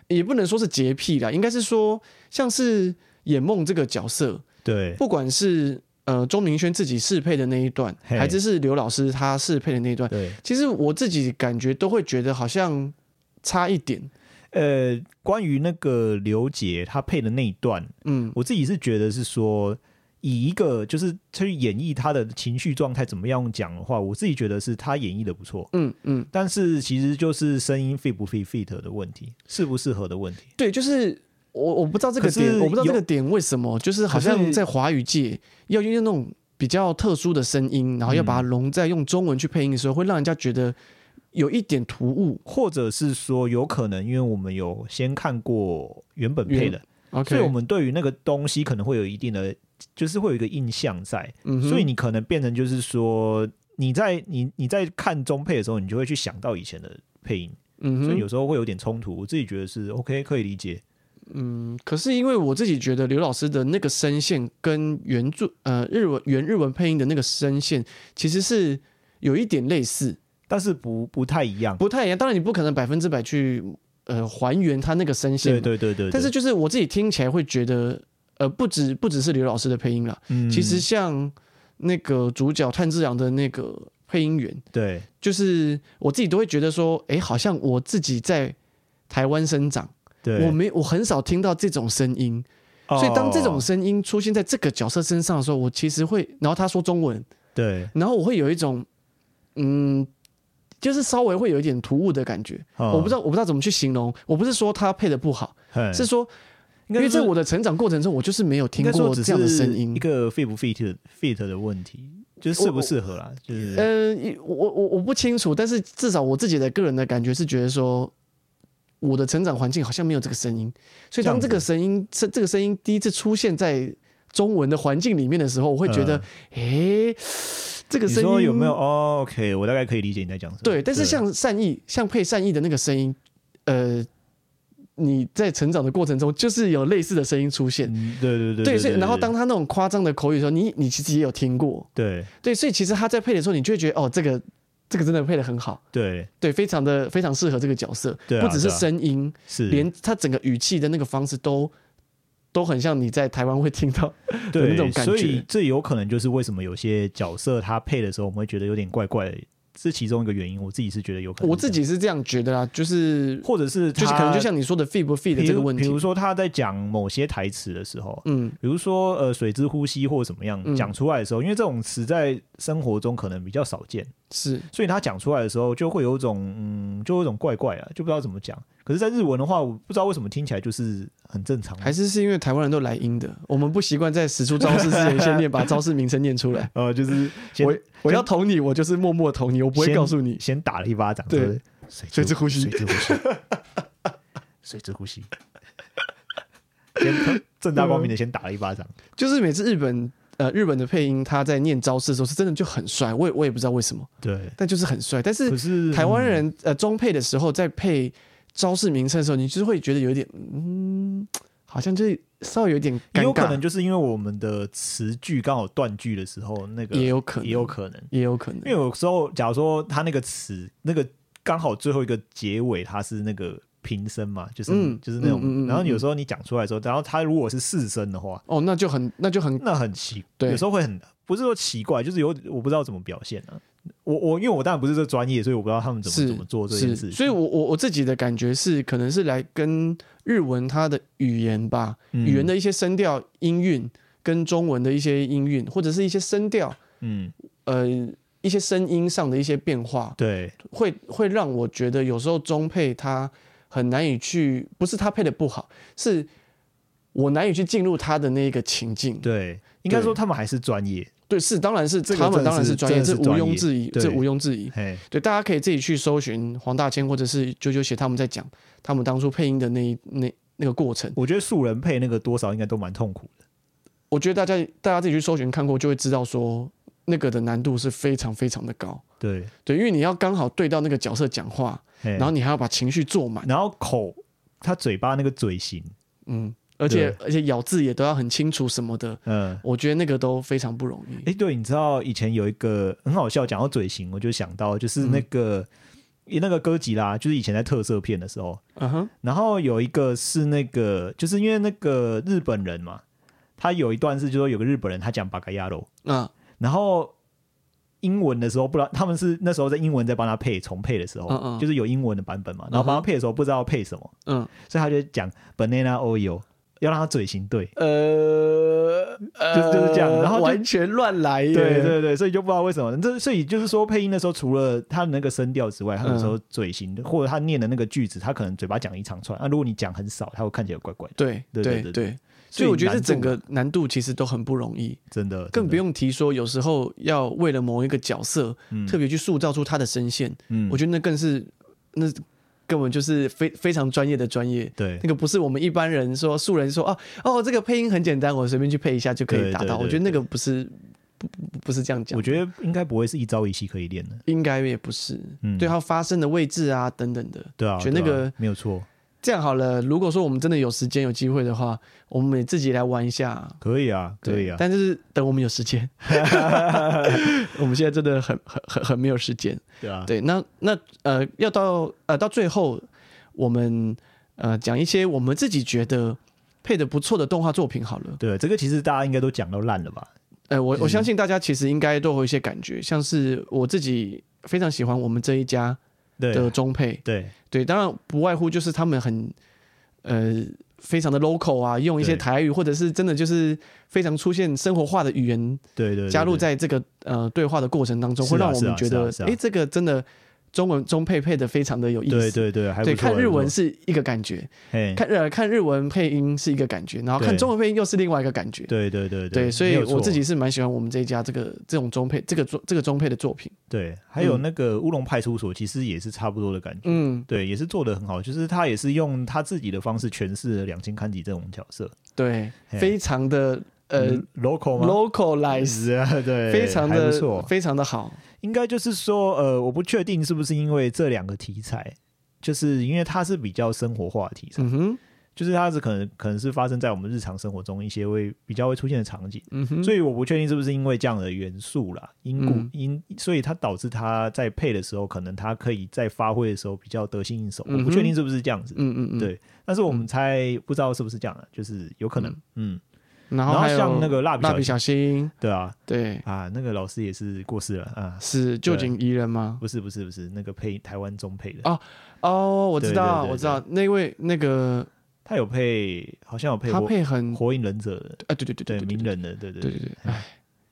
[SPEAKER 2] 也不能说是洁癖啦，应该是说像是演梦这个角色，
[SPEAKER 1] 对，
[SPEAKER 2] 不管是呃钟明轩自己适配的那一段，
[SPEAKER 1] 嘿
[SPEAKER 2] 还是是刘老师他适配的那一段，
[SPEAKER 1] 对，
[SPEAKER 2] 其实我自己感觉都会觉得好像差一点。
[SPEAKER 1] 呃，关于那个刘杰他配的那一段，
[SPEAKER 2] 嗯，
[SPEAKER 1] 我自己是觉得是说，以一个就是他去演绎他的情绪状态怎么样讲的话，我自己觉得是他演绎的不错，
[SPEAKER 2] 嗯嗯，
[SPEAKER 1] 但是其实就是声音 fit 不 fit fit 的问题，适不适合的问题，
[SPEAKER 2] 对，就是我我不知道这个
[SPEAKER 1] 可是
[SPEAKER 2] 点，我不知道
[SPEAKER 1] 有
[SPEAKER 2] 这个点为什么，就是好
[SPEAKER 1] 可
[SPEAKER 2] 像
[SPEAKER 1] 是
[SPEAKER 2] 在华语界要用那种比较特殊的声音，然后要把
[SPEAKER 1] 嗯
[SPEAKER 2] 它融在用中文去配音的时候，会让人家觉得有一点突兀。
[SPEAKER 1] 或者是说有可能因为我们有先看过原本配
[SPEAKER 2] 原
[SPEAKER 1] 的，
[SPEAKER 2] OK，
[SPEAKER 1] 所以我们对于那个东西可能会有一定的，就是会有一个印象在，
[SPEAKER 2] 嗯哼
[SPEAKER 1] 所以你可能变成就是说，你在你你在看中配的时候，你就会去想到以前的配音，
[SPEAKER 2] 嗯
[SPEAKER 1] 所以有
[SPEAKER 2] 哼
[SPEAKER 1] 时候会有点冲突。我自己觉得是 OK，可以理解。
[SPEAKER 2] 嗯，可是因为我自己觉得刘老师的那个声线跟原著呃日文原日文配音的那个声线其实是有一点类似，
[SPEAKER 1] 但是不不太一样，
[SPEAKER 2] 不太一样。当然你不可能百分之百去呃还原他那个声线
[SPEAKER 1] 对
[SPEAKER 2] 嘛，
[SPEAKER 1] 对对对对。
[SPEAKER 2] 但是就是我自己听起来会觉得，呃，不止不只是刘老师的配音啦，
[SPEAKER 1] 嗯
[SPEAKER 2] 其实像那个主角炭治郎的那个配音员，
[SPEAKER 1] 对
[SPEAKER 2] 就是我自己都会觉得说，哎，好像我自己在台湾生长，
[SPEAKER 1] 对，
[SPEAKER 2] 我没我很少听到这种声音，
[SPEAKER 1] 哦
[SPEAKER 2] 所以当这种声音出现在这个角色身上的时候，我其实会，然后他说中文，
[SPEAKER 1] 对，
[SPEAKER 2] 然后我会有一种，嗯。就是稍微会有一点突兀的感觉，我不知
[SPEAKER 1] 道，
[SPEAKER 2] 道，我不知道怎么去形容。我不是说他配的不好，
[SPEAKER 1] 嘿
[SPEAKER 2] 是说
[SPEAKER 1] 应
[SPEAKER 2] 因
[SPEAKER 1] 该
[SPEAKER 2] 为在
[SPEAKER 1] 说
[SPEAKER 2] 我的成长过程中，我就是没有
[SPEAKER 1] 应
[SPEAKER 2] 听
[SPEAKER 1] 该说
[SPEAKER 2] 过
[SPEAKER 1] 只
[SPEAKER 2] 这样的
[SPEAKER 1] 是
[SPEAKER 2] 声音
[SPEAKER 1] 一。个 fit 不 fit fit 的问题，就是适不适合啦，就是
[SPEAKER 2] 呃，我我我不清楚，但是至少我自己的个人的感觉是觉得说，我的成长环境好像没有这个声音，所以
[SPEAKER 1] 这样
[SPEAKER 2] 当这
[SPEAKER 1] 子
[SPEAKER 2] 个声音这这个声音第一次出现在中文的环境里面的时候，我会觉得
[SPEAKER 1] 嗯，
[SPEAKER 2] 诶，这个
[SPEAKER 1] 你
[SPEAKER 2] 声
[SPEAKER 1] 说
[SPEAKER 2] 音
[SPEAKER 1] 有没有？哦？OK，我大概可以理解你在讲什么。
[SPEAKER 2] 对，但是像善意，像配善意的那个声音，呃，你在成长的过程中就是有类似的声音出现。
[SPEAKER 1] 嗯对对对
[SPEAKER 2] 对，所以然后
[SPEAKER 1] 对
[SPEAKER 2] 当他那种夸张的口语的时候，你你其实也有听过，
[SPEAKER 1] 对
[SPEAKER 2] 对，所以其实他在配的时候，你就会觉得哦，这个这个真的配的很好，
[SPEAKER 1] 对
[SPEAKER 2] 对，非常的非常适合这个角色，
[SPEAKER 1] 对啊
[SPEAKER 2] 不只是
[SPEAKER 1] 对啊
[SPEAKER 2] 声音，
[SPEAKER 1] 是
[SPEAKER 2] 连他整个语气的那个方式都都很像你在台湾会 听到，
[SPEAKER 1] 对
[SPEAKER 2] 那种感
[SPEAKER 1] 所
[SPEAKER 2] 觉
[SPEAKER 1] 以这有可能就是为什么有些角色他配的时候，我们会觉得有点怪怪的，这其中一个原因。我自己是觉得有可能是这样，
[SPEAKER 2] 我自己是这样觉得啦，就是
[SPEAKER 1] 或者是他
[SPEAKER 2] 就是可能就像你说的 fit 不 fit 的
[SPEAKER 1] 比
[SPEAKER 2] 这个
[SPEAKER 1] 如
[SPEAKER 2] 问
[SPEAKER 1] 比
[SPEAKER 2] 题
[SPEAKER 1] 如，说他在讲某些台词的时候。
[SPEAKER 2] 嗯，
[SPEAKER 1] 比如说，呃，水之呼吸或者怎么样
[SPEAKER 2] 嗯
[SPEAKER 1] 讲出来的时候，因为这种词在生活中可能比较少见，
[SPEAKER 2] 是
[SPEAKER 1] 所以他讲出来的时候就会有一种，嗯，就有一种怪怪啊，就不知道怎么讲。可是，在日文的话，我不知道为什么听起来就是很正常。。
[SPEAKER 2] 还是是因为台湾人都来音的，我们不习惯在使出招式之前先念把招式名称念出来
[SPEAKER 1] 呃， 就是先
[SPEAKER 2] 我我要捅你，我就是默默捅你，我不会
[SPEAKER 1] 先
[SPEAKER 2] 告诉你。
[SPEAKER 1] 先打了一巴掌，
[SPEAKER 2] 对
[SPEAKER 1] 对不对，水
[SPEAKER 2] 水之呼吸
[SPEAKER 1] 水之呼吸， 水之呼吸，先正大光明的先打了一巴掌，
[SPEAKER 2] 就是每次日本呃日本的配音他在念招式的时候是真的就很帅，我也我也不知道为什么，
[SPEAKER 1] 对，
[SPEAKER 2] 但就是很帅。但是
[SPEAKER 1] 可是
[SPEAKER 2] 台湾人呃中配的时候，在配招式名称的时候，你就是会觉得有一点，嗯，好像就是稍微有点
[SPEAKER 1] 也
[SPEAKER 2] 尴
[SPEAKER 1] 有可能
[SPEAKER 2] 尬，
[SPEAKER 1] 就是因为我们的词句刚好断句的时候，那个
[SPEAKER 2] 也有可能
[SPEAKER 1] 也有可能，
[SPEAKER 2] 也有可能
[SPEAKER 1] 因为有时候假如说他那个词那个刚好最后一个结尾它是那个平声嘛，就是、
[SPEAKER 2] 嗯
[SPEAKER 1] 就是那种，
[SPEAKER 2] 嗯嗯嗯
[SPEAKER 1] 然后有时候你讲出来的时候，然后它如果是四声的话，
[SPEAKER 2] 哦，那就很那就很
[SPEAKER 1] 那很奇，
[SPEAKER 2] 对
[SPEAKER 1] 有时候会很不是说奇怪，就是有我不知道怎么表现啊。我我因为我当然不是这专业，所以我不知道他们怎么
[SPEAKER 2] 是
[SPEAKER 1] 怎么做这件
[SPEAKER 2] 是，
[SPEAKER 1] 事情。
[SPEAKER 2] 所以我我我自己的感觉是，可能是来跟日文它的语言吧，
[SPEAKER 1] 嗯
[SPEAKER 2] 语言的一些声调音韵，跟中文的一些音韵，或者是一些声调，
[SPEAKER 1] 嗯，嗯
[SPEAKER 2] 呃，一些声音上的一些变化，
[SPEAKER 1] 对，
[SPEAKER 2] 会会让我觉得有时候中配他很难以去，不是他配的不好，是我难以去进入他的那个情境。
[SPEAKER 1] 对，应该说他们还是专业。
[SPEAKER 2] 对，是当然是
[SPEAKER 1] 这个
[SPEAKER 2] 他
[SPEAKER 1] 真的
[SPEAKER 2] 们当然
[SPEAKER 1] 是
[SPEAKER 2] 是专业，
[SPEAKER 1] 真
[SPEAKER 2] 这
[SPEAKER 1] 的是
[SPEAKER 2] 毋
[SPEAKER 1] 专
[SPEAKER 2] 庸
[SPEAKER 1] 业
[SPEAKER 2] 置疑，
[SPEAKER 1] 对
[SPEAKER 2] 这毋庸置疑。
[SPEAKER 1] 嘿，
[SPEAKER 2] 对，大家可以自己去搜寻黄大千或者是啾啾鞋他们在讲他们当初配音的那一那那个过程。
[SPEAKER 1] 我觉得素人配那个多少应该都蛮痛苦的。
[SPEAKER 2] 我觉得大家大家自己去搜寻看过，就会知道说那个的难度是非常非常的高。
[SPEAKER 1] 对，
[SPEAKER 2] 对，因为你要刚好对到那个角色讲话，
[SPEAKER 1] 然
[SPEAKER 2] 然后你还要把情绪做满，
[SPEAKER 1] 然后口，他嘴巴那个嘴型，
[SPEAKER 2] 嗯，而且
[SPEAKER 1] 对
[SPEAKER 2] 而且咬字也都要很清楚什么的，
[SPEAKER 1] 嗯，
[SPEAKER 2] 我觉得那个都非常不容易。
[SPEAKER 1] 哎，对，你知道以前有一个很好笑，讲到嘴型，我就想到就是
[SPEAKER 2] 嗯
[SPEAKER 1] 那个、那个哥吉拉，就是以前在特色片的时候，
[SPEAKER 2] 嗯哼，
[SPEAKER 1] 然后有一个是那个，就是因为那个日本人嘛，他有一段是就说有个日本人他讲巴嘎亚罗，
[SPEAKER 2] 啊
[SPEAKER 1] 然后英文的时候不知道他们是那时候在英文在帮他配重配的时候，
[SPEAKER 2] 嗯嗯
[SPEAKER 1] 就是有英文的版本嘛，然后帮他配的时候不知道配什么，
[SPEAKER 2] 嗯
[SPEAKER 1] 所以他就讲 banana oil，要让他嘴型对。
[SPEAKER 2] 呃
[SPEAKER 1] 就就是这样然后就
[SPEAKER 2] 完全乱来耶。
[SPEAKER 1] 对对对，所以就不知道为什么，这所以就是说配音的时候，除了他的那个声调之外，他有时候嘴型、或者他念的那个句子，他可能嘴巴讲一长串，那、啊如果你讲很少，他会看起来怪怪的。
[SPEAKER 2] 对
[SPEAKER 1] 对对
[SPEAKER 2] 对
[SPEAKER 1] 对
[SPEAKER 2] 对，所以我觉
[SPEAKER 1] 难
[SPEAKER 2] 得这
[SPEAKER 1] 度
[SPEAKER 2] 整个难度其实都很不容易，
[SPEAKER 1] 真的
[SPEAKER 2] 更不
[SPEAKER 1] 用、
[SPEAKER 2] 用提说有时候要为了某一个角色
[SPEAKER 1] 嗯
[SPEAKER 2] 特别去塑造出他的声线，
[SPEAKER 1] 嗯
[SPEAKER 2] 我觉得那更是那根本就是非非常专业的专业。
[SPEAKER 1] 对
[SPEAKER 2] 那个不是我们一般人说素人说啊哦，这个配音很简单，我随便去配一下就可以达到。
[SPEAKER 1] 对对对
[SPEAKER 2] 我觉得那个不是不不不是这样讲，
[SPEAKER 1] 我觉得应该不会是一朝一夕可以练的。
[SPEAKER 2] 应该也不是。
[SPEAKER 1] 嗯，
[SPEAKER 2] 对它发声的位置啊等等的，
[SPEAKER 1] 对啊，
[SPEAKER 2] 觉得那
[SPEAKER 1] 对啊
[SPEAKER 2] 个
[SPEAKER 1] 没有错，
[SPEAKER 2] 这样好了。如果说我们真的有时间有机会的话，我们也自己来玩一下。
[SPEAKER 1] 可以啊，可以啊。
[SPEAKER 2] 但是等我们有 时间，我们现在真的很很很很没有时间。
[SPEAKER 1] 对啊，
[SPEAKER 2] 对，那那呃，要到呃到最后，我们呃讲一些我们自己觉得配的不错的动画作品好了。
[SPEAKER 1] 对，这个其实大家应该都讲到烂了吧？
[SPEAKER 2] 呃，我
[SPEAKER 1] 嗯
[SPEAKER 2] 我相信大家其实应该都有一些感觉，像是我自己非常喜欢我们这一家的
[SPEAKER 1] 对
[SPEAKER 2] 中配，
[SPEAKER 1] 对
[SPEAKER 2] 对，当然不外乎就是他们很呃非常的 local 啊，用一些
[SPEAKER 1] 对
[SPEAKER 2] 台语或者是真的就是非常出现生活化的语言
[SPEAKER 1] 对对，
[SPEAKER 2] 加入
[SPEAKER 1] 对
[SPEAKER 2] 在这个呃对话的过程当中，
[SPEAKER 1] 是啊
[SPEAKER 2] 会让我
[SPEAKER 1] 是啊
[SPEAKER 2] 们觉
[SPEAKER 1] 是啊
[SPEAKER 2] 得
[SPEAKER 1] 是，啊
[SPEAKER 2] 哎，这个真的中文中配配的非常的有意思。
[SPEAKER 1] 对对对，还不
[SPEAKER 2] 对，
[SPEAKER 1] 错
[SPEAKER 2] 看
[SPEAKER 1] 还不
[SPEAKER 2] 日文
[SPEAKER 1] 错
[SPEAKER 2] 是一个感觉，
[SPEAKER 1] 嘿，
[SPEAKER 2] 看呃看日文配音是一个感觉，然后看
[SPEAKER 1] 对
[SPEAKER 2] 中文配音又是另外一个感觉。
[SPEAKER 1] 对对对
[SPEAKER 2] 对，所以
[SPEAKER 1] 没有错
[SPEAKER 2] 我自己是蛮喜欢我们这一家这个这种中配这个作这个中配的作品。
[SPEAKER 1] 对，还有
[SPEAKER 2] 嗯
[SPEAKER 1] 那个乌龙派出所其实也是差不多的感觉。
[SPEAKER 2] 嗯，
[SPEAKER 1] 对，也是做的很好，就是他也是用他自己的方式诠释了两千看吉这种角色，
[SPEAKER 2] 对，
[SPEAKER 1] 嘿
[SPEAKER 2] 非常的呃
[SPEAKER 1] 嗯，local 吗
[SPEAKER 2] localize，
[SPEAKER 1] 啊， 对，
[SPEAKER 2] 非常
[SPEAKER 1] 还不
[SPEAKER 2] 的
[SPEAKER 1] 错。
[SPEAKER 2] 非常的好。
[SPEAKER 1] 应该就是说，呃，我不确定是不是因为这两个题材，就是因为它是比较生活化的题材，
[SPEAKER 2] 嗯哼，
[SPEAKER 1] 就是它是可能可能是发生在我们日常生活中一些会比较会出现的场景，
[SPEAKER 2] 嗯哼，
[SPEAKER 1] 所
[SPEAKER 2] 以
[SPEAKER 1] 以我不确定是不是因为这样的元素啦，因故、
[SPEAKER 2] 嗯
[SPEAKER 1] 因，所以它导致它在配的时候，可能它可以在发挥的时候比较得心应手，我
[SPEAKER 2] 嗯
[SPEAKER 1] 不
[SPEAKER 2] 哼
[SPEAKER 1] 确定是不是这样子，
[SPEAKER 2] 嗯嗯嗯，
[SPEAKER 1] 对但是我们猜不知道是不是这样啊，就是有可能，嗯，
[SPEAKER 2] 然
[SPEAKER 1] 然
[SPEAKER 2] 后还有
[SPEAKER 1] 像那个蜡笔
[SPEAKER 2] 蜡笔
[SPEAKER 1] 小
[SPEAKER 2] 小新，
[SPEAKER 1] 对啊，
[SPEAKER 2] 对，
[SPEAKER 1] 啊，那个老师也是过世了啊，
[SPEAKER 2] 是旧井宜人吗？
[SPEAKER 1] 不是不是不是，那个配台湾中配的，
[SPEAKER 2] 哦哦，我知道，
[SPEAKER 1] 对对对对
[SPEAKER 2] 我知道，那位那个
[SPEAKER 1] 他有配，好像有配
[SPEAKER 2] 他
[SPEAKER 1] 火
[SPEAKER 2] 配很
[SPEAKER 1] 火影忍者的，
[SPEAKER 2] 啊，对对对
[SPEAKER 1] 对
[SPEAKER 2] 对
[SPEAKER 1] 鸣人的，对对
[SPEAKER 2] 对对对，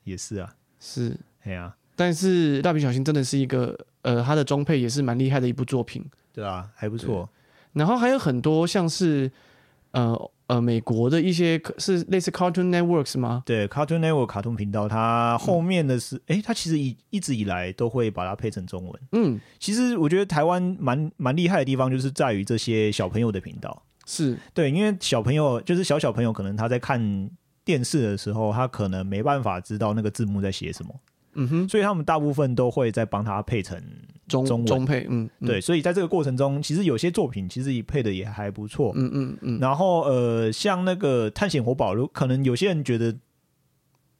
[SPEAKER 1] 也是啊，
[SPEAKER 2] 是。
[SPEAKER 1] 哎呀，
[SPEAKER 2] 但是蜡笔小新真的是一个呃，他的中配也是蛮厉害的一部作品。
[SPEAKER 1] 对啊，还不错，
[SPEAKER 2] 然后还有很多像是呃呃美国的一些是类似 Cartoon Networks 吗？
[SPEAKER 1] 对 Cartoon Network 卡通频道，它后面的是，诶，它其实一一直以来都会把它配成中文。
[SPEAKER 2] 嗯，
[SPEAKER 1] 其实我觉得台湾蛮蛮厉害的地方，就是在于这些小朋友的频道。
[SPEAKER 2] 是
[SPEAKER 1] 对，因为小朋友就是小小朋友，可能他在看电视的时候，他可能没办法知道那个字幕在写什么，
[SPEAKER 2] 嗯哼，
[SPEAKER 1] 所以他们大部分都会在帮他配成
[SPEAKER 2] 中
[SPEAKER 1] 中文
[SPEAKER 2] 中配，嗯，嗯，
[SPEAKER 1] 对，所以在这个过程中，其实有些作品其实配的也还不错。
[SPEAKER 2] 嗯嗯嗯，
[SPEAKER 1] 然后呃，像那个《探险活宝》，如可能有些人觉得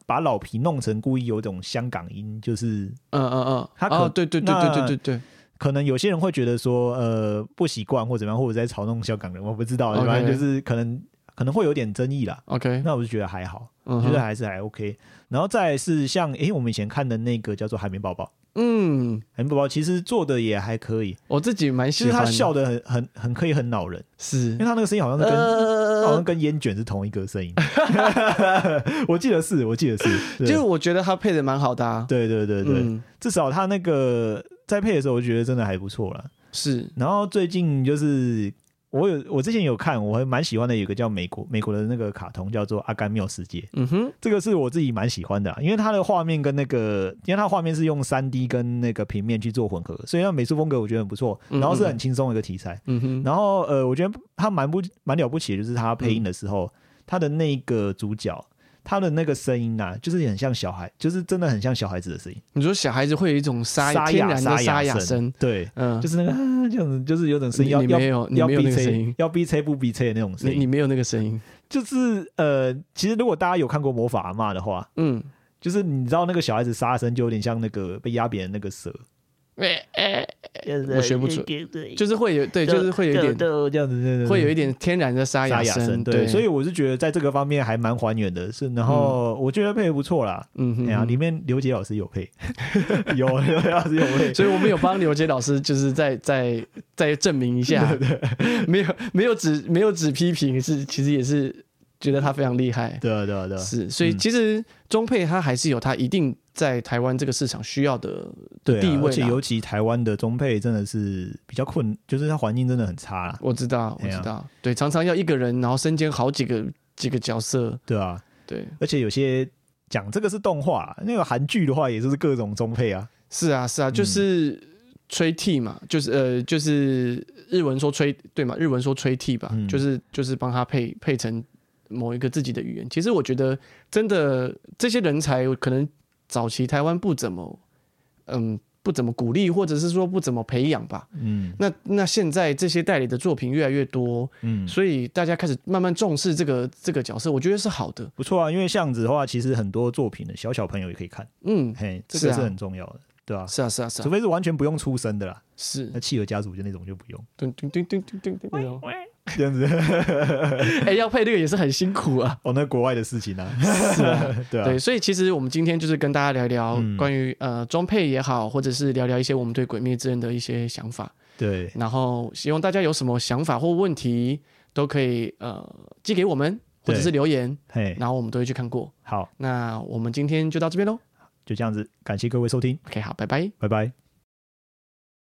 [SPEAKER 1] 把老皮弄成故意有种香港音，就是
[SPEAKER 2] 嗯嗯嗯，
[SPEAKER 1] 他可
[SPEAKER 2] 哦，对对对对
[SPEAKER 1] 那
[SPEAKER 2] 对对对，
[SPEAKER 1] 可能有些人会觉得说呃不习惯或怎么样，或者在嘲弄香港人，我不知道，
[SPEAKER 2] OK
[SPEAKER 1] 反正就是可能可能会有点争议啦。
[SPEAKER 2] OK，
[SPEAKER 1] 那我就觉得还好，
[SPEAKER 2] 嗯
[SPEAKER 1] 我觉得
[SPEAKER 2] 哼，
[SPEAKER 1] 还是还 OK。然后再来是像诶，我们以前看的那个叫做《海绵宝宝》，《
[SPEAKER 2] 嗯，
[SPEAKER 1] 海绵宝宝》其实做的也还可以，
[SPEAKER 2] 我自己蛮
[SPEAKER 1] 其
[SPEAKER 2] 喜
[SPEAKER 1] 实
[SPEAKER 2] 欢
[SPEAKER 1] 他
[SPEAKER 2] 的，
[SPEAKER 1] 笑的很很很可以很恼人，
[SPEAKER 2] 是
[SPEAKER 1] 因为，他那个声音好像是跟、哦好像
[SPEAKER 2] 呃，
[SPEAKER 1] 跟烟卷是同一个声音， 我记得是，我记得是，对
[SPEAKER 2] 就是我觉得他配的蛮好的啊，
[SPEAKER 1] 对对对对，
[SPEAKER 2] 嗯，
[SPEAKER 1] 至少他那个在配的时候，我觉得真的还不错了。
[SPEAKER 2] 是，
[SPEAKER 1] 然后最近就是我有我之前有看，我还蛮喜欢的，有一个叫美国美国的那个卡通叫做《阿甘妙世界》，
[SPEAKER 2] 嗯哼，
[SPEAKER 1] 这个是我自己蛮喜欢的啊、因为它的画面跟那个，因为它画面是用三 D 跟那个平面去做混合，所以它美术风格我觉得很不错，
[SPEAKER 2] 嗯
[SPEAKER 1] 然后是很轻松的一个题材。
[SPEAKER 2] 嗯哼，
[SPEAKER 1] 然后呃，我觉得他蛮不蛮了不起的，就是
[SPEAKER 2] 嗯
[SPEAKER 1] 他配音的时候，他的那个主角，他的那个声音啊，就是很像小孩，就是真的很像小孩子的声音，
[SPEAKER 2] 你说小孩子会有一种沙
[SPEAKER 1] 沙
[SPEAKER 2] 天
[SPEAKER 1] 哑
[SPEAKER 2] 然的
[SPEAKER 1] 沙
[SPEAKER 2] 沙
[SPEAKER 1] 哑
[SPEAKER 2] 哑声，
[SPEAKER 1] 对，
[SPEAKER 2] 嗯
[SPEAKER 1] 就，是那个、啊、这样子，就是有种声音
[SPEAKER 2] 你
[SPEAKER 1] 要
[SPEAKER 2] 你
[SPEAKER 1] 要
[SPEAKER 2] 没有你
[SPEAKER 1] 要
[SPEAKER 2] 没有
[SPEAKER 1] 逼
[SPEAKER 2] 那个
[SPEAKER 1] 车
[SPEAKER 2] 声音，
[SPEAKER 1] 要逼车不逼车的那种声
[SPEAKER 2] 你你
[SPEAKER 1] 音，
[SPEAKER 2] 没有那个声音，
[SPEAKER 1] 就是呃，其实如果大家有看过《魔法阿嬷》的话，
[SPEAKER 2] 嗯，
[SPEAKER 1] 就是你知道那个小孩子沙声就有点像那个被压扁的那个蛇，
[SPEAKER 2] 我学不准，就是会有对，就是会有一点
[SPEAKER 1] 呃这样子，对对对
[SPEAKER 2] 会有一点天然的沙
[SPEAKER 1] 沙哑
[SPEAKER 2] 声，
[SPEAKER 1] 对，
[SPEAKER 2] 对，
[SPEAKER 1] 所以我是觉得在这个方面还蛮还原的，是，然后我觉得配的不错啦。
[SPEAKER 2] 嗯哼
[SPEAKER 1] 哎呀，
[SPEAKER 2] 哼
[SPEAKER 1] 里面刘杰老师有配，有刘杰老师有配，
[SPEAKER 2] 所以我们有帮刘杰老师，就是再再再证明 一下， 没有没有只没有只批评，是其实也是觉得他非常厉害，
[SPEAKER 1] 对啊对啊对啊，
[SPEAKER 2] 是，所以其实中配他还是有他一定在台湾这个市场需要的
[SPEAKER 1] 对啊
[SPEAKER 2] 地位
[SPEAKER 1] 而且
[SPEAKER 2] 啦
[SPEAKER 1] 尤其台湾的中配真的是比较困，就是它环境真的很差啦，
[SPEAKER 2] 我知道，我
[SPEAKER 1] 哎呀
[SPEAKER 2] 知道，对，常常要一个人，然后身兼好几个几个角色，
[SPEAKER 1] 对啊，
[SPEAKER 2] 对，
[SPEAKER 1] 而且有些讲这个是动画啦，那个韩剧的话也就是各种中配啊，
[SPEAKER 2] 是啊，是啊，就是吹替嘛，就是呃，就是日文说吹对嘛，日文说吹替吧，
[SPEAKER 1] 嗯
[SPEAKER 2] 就是就是帮他配配成某一个自己的语言。其实我觉得，真的这些人才可能早期台湾不怎么，嗯，不怎么鼓励，或者是说不怎么培养吧。
[SPEAKER 1] 嗯
[SPEAKER 2] 那那现在这些代理的作品越来越多，
[SPEAKER 1] 嗯，
[SPEAKER 2] 所以大家开始慢慢重视这个这个角色，我觉得是好的。
[SPEAKER 1] 不错啊，因为这样子的话，其实很多作品的小小朋友也可以看，
[SPEAKER 2] 嗯，
[SPEAKER 1] 嘿，这
[SPEAKER 2] 是
[SPEAKER 1] 个
[SPEAKER 2] 啊
[SPEAKER 1] 是很重要的，对啊，
[SPEAKER 2] 是啊，是啊，是
[SPEAKER 1] 除
[SPEAKER 2] 啊，
[SPEAKER 1] 非是完全不用出声的啦，
[SPEAKER 2] 是
[SPEAKER 1] 那。企鹅家族就那种就不用
[SPEAKER 2] 咚咚咚咚咚咚咚那种
[SPEAKER 1] 这样子，
[SPEAKER 2] 哎，要配这个也是很辛苦啊。
[SPEAKER 1] 哦，那国外的事情啊，
[SPEAKER 2] 是啊，
[SPEAKER 1] 对啊，
[SPEAKER 2] 对，所以其实我们今天就是跟大家聊聊
[SPEAKER 1] 嗯
[SPEAKER 2] 关于、呃中配也好，或者是聊聊一些我们对《鬼灭之刃》的一些想法。
[SPEAKER 1] 对，
[SPEAKER 2] 然后希望大家有什么想法或问题，都可以呃寄给我们，或者是
[SPEAKER 1] 对
[SPEAKER 2] 留言，
[SPEAKER 1] 嘿，
[SPEAKER 2] 然后我们都会去看过。
[SPEAKER 1] 好，
[SPEAKER 2] 那我们今天就到这边喽。
[SPEAKER 1] 就这样子，感谢各位收听，
[SPEAKER 2] OK，好，拜拜。
[SPEAKER 1] 拜拜。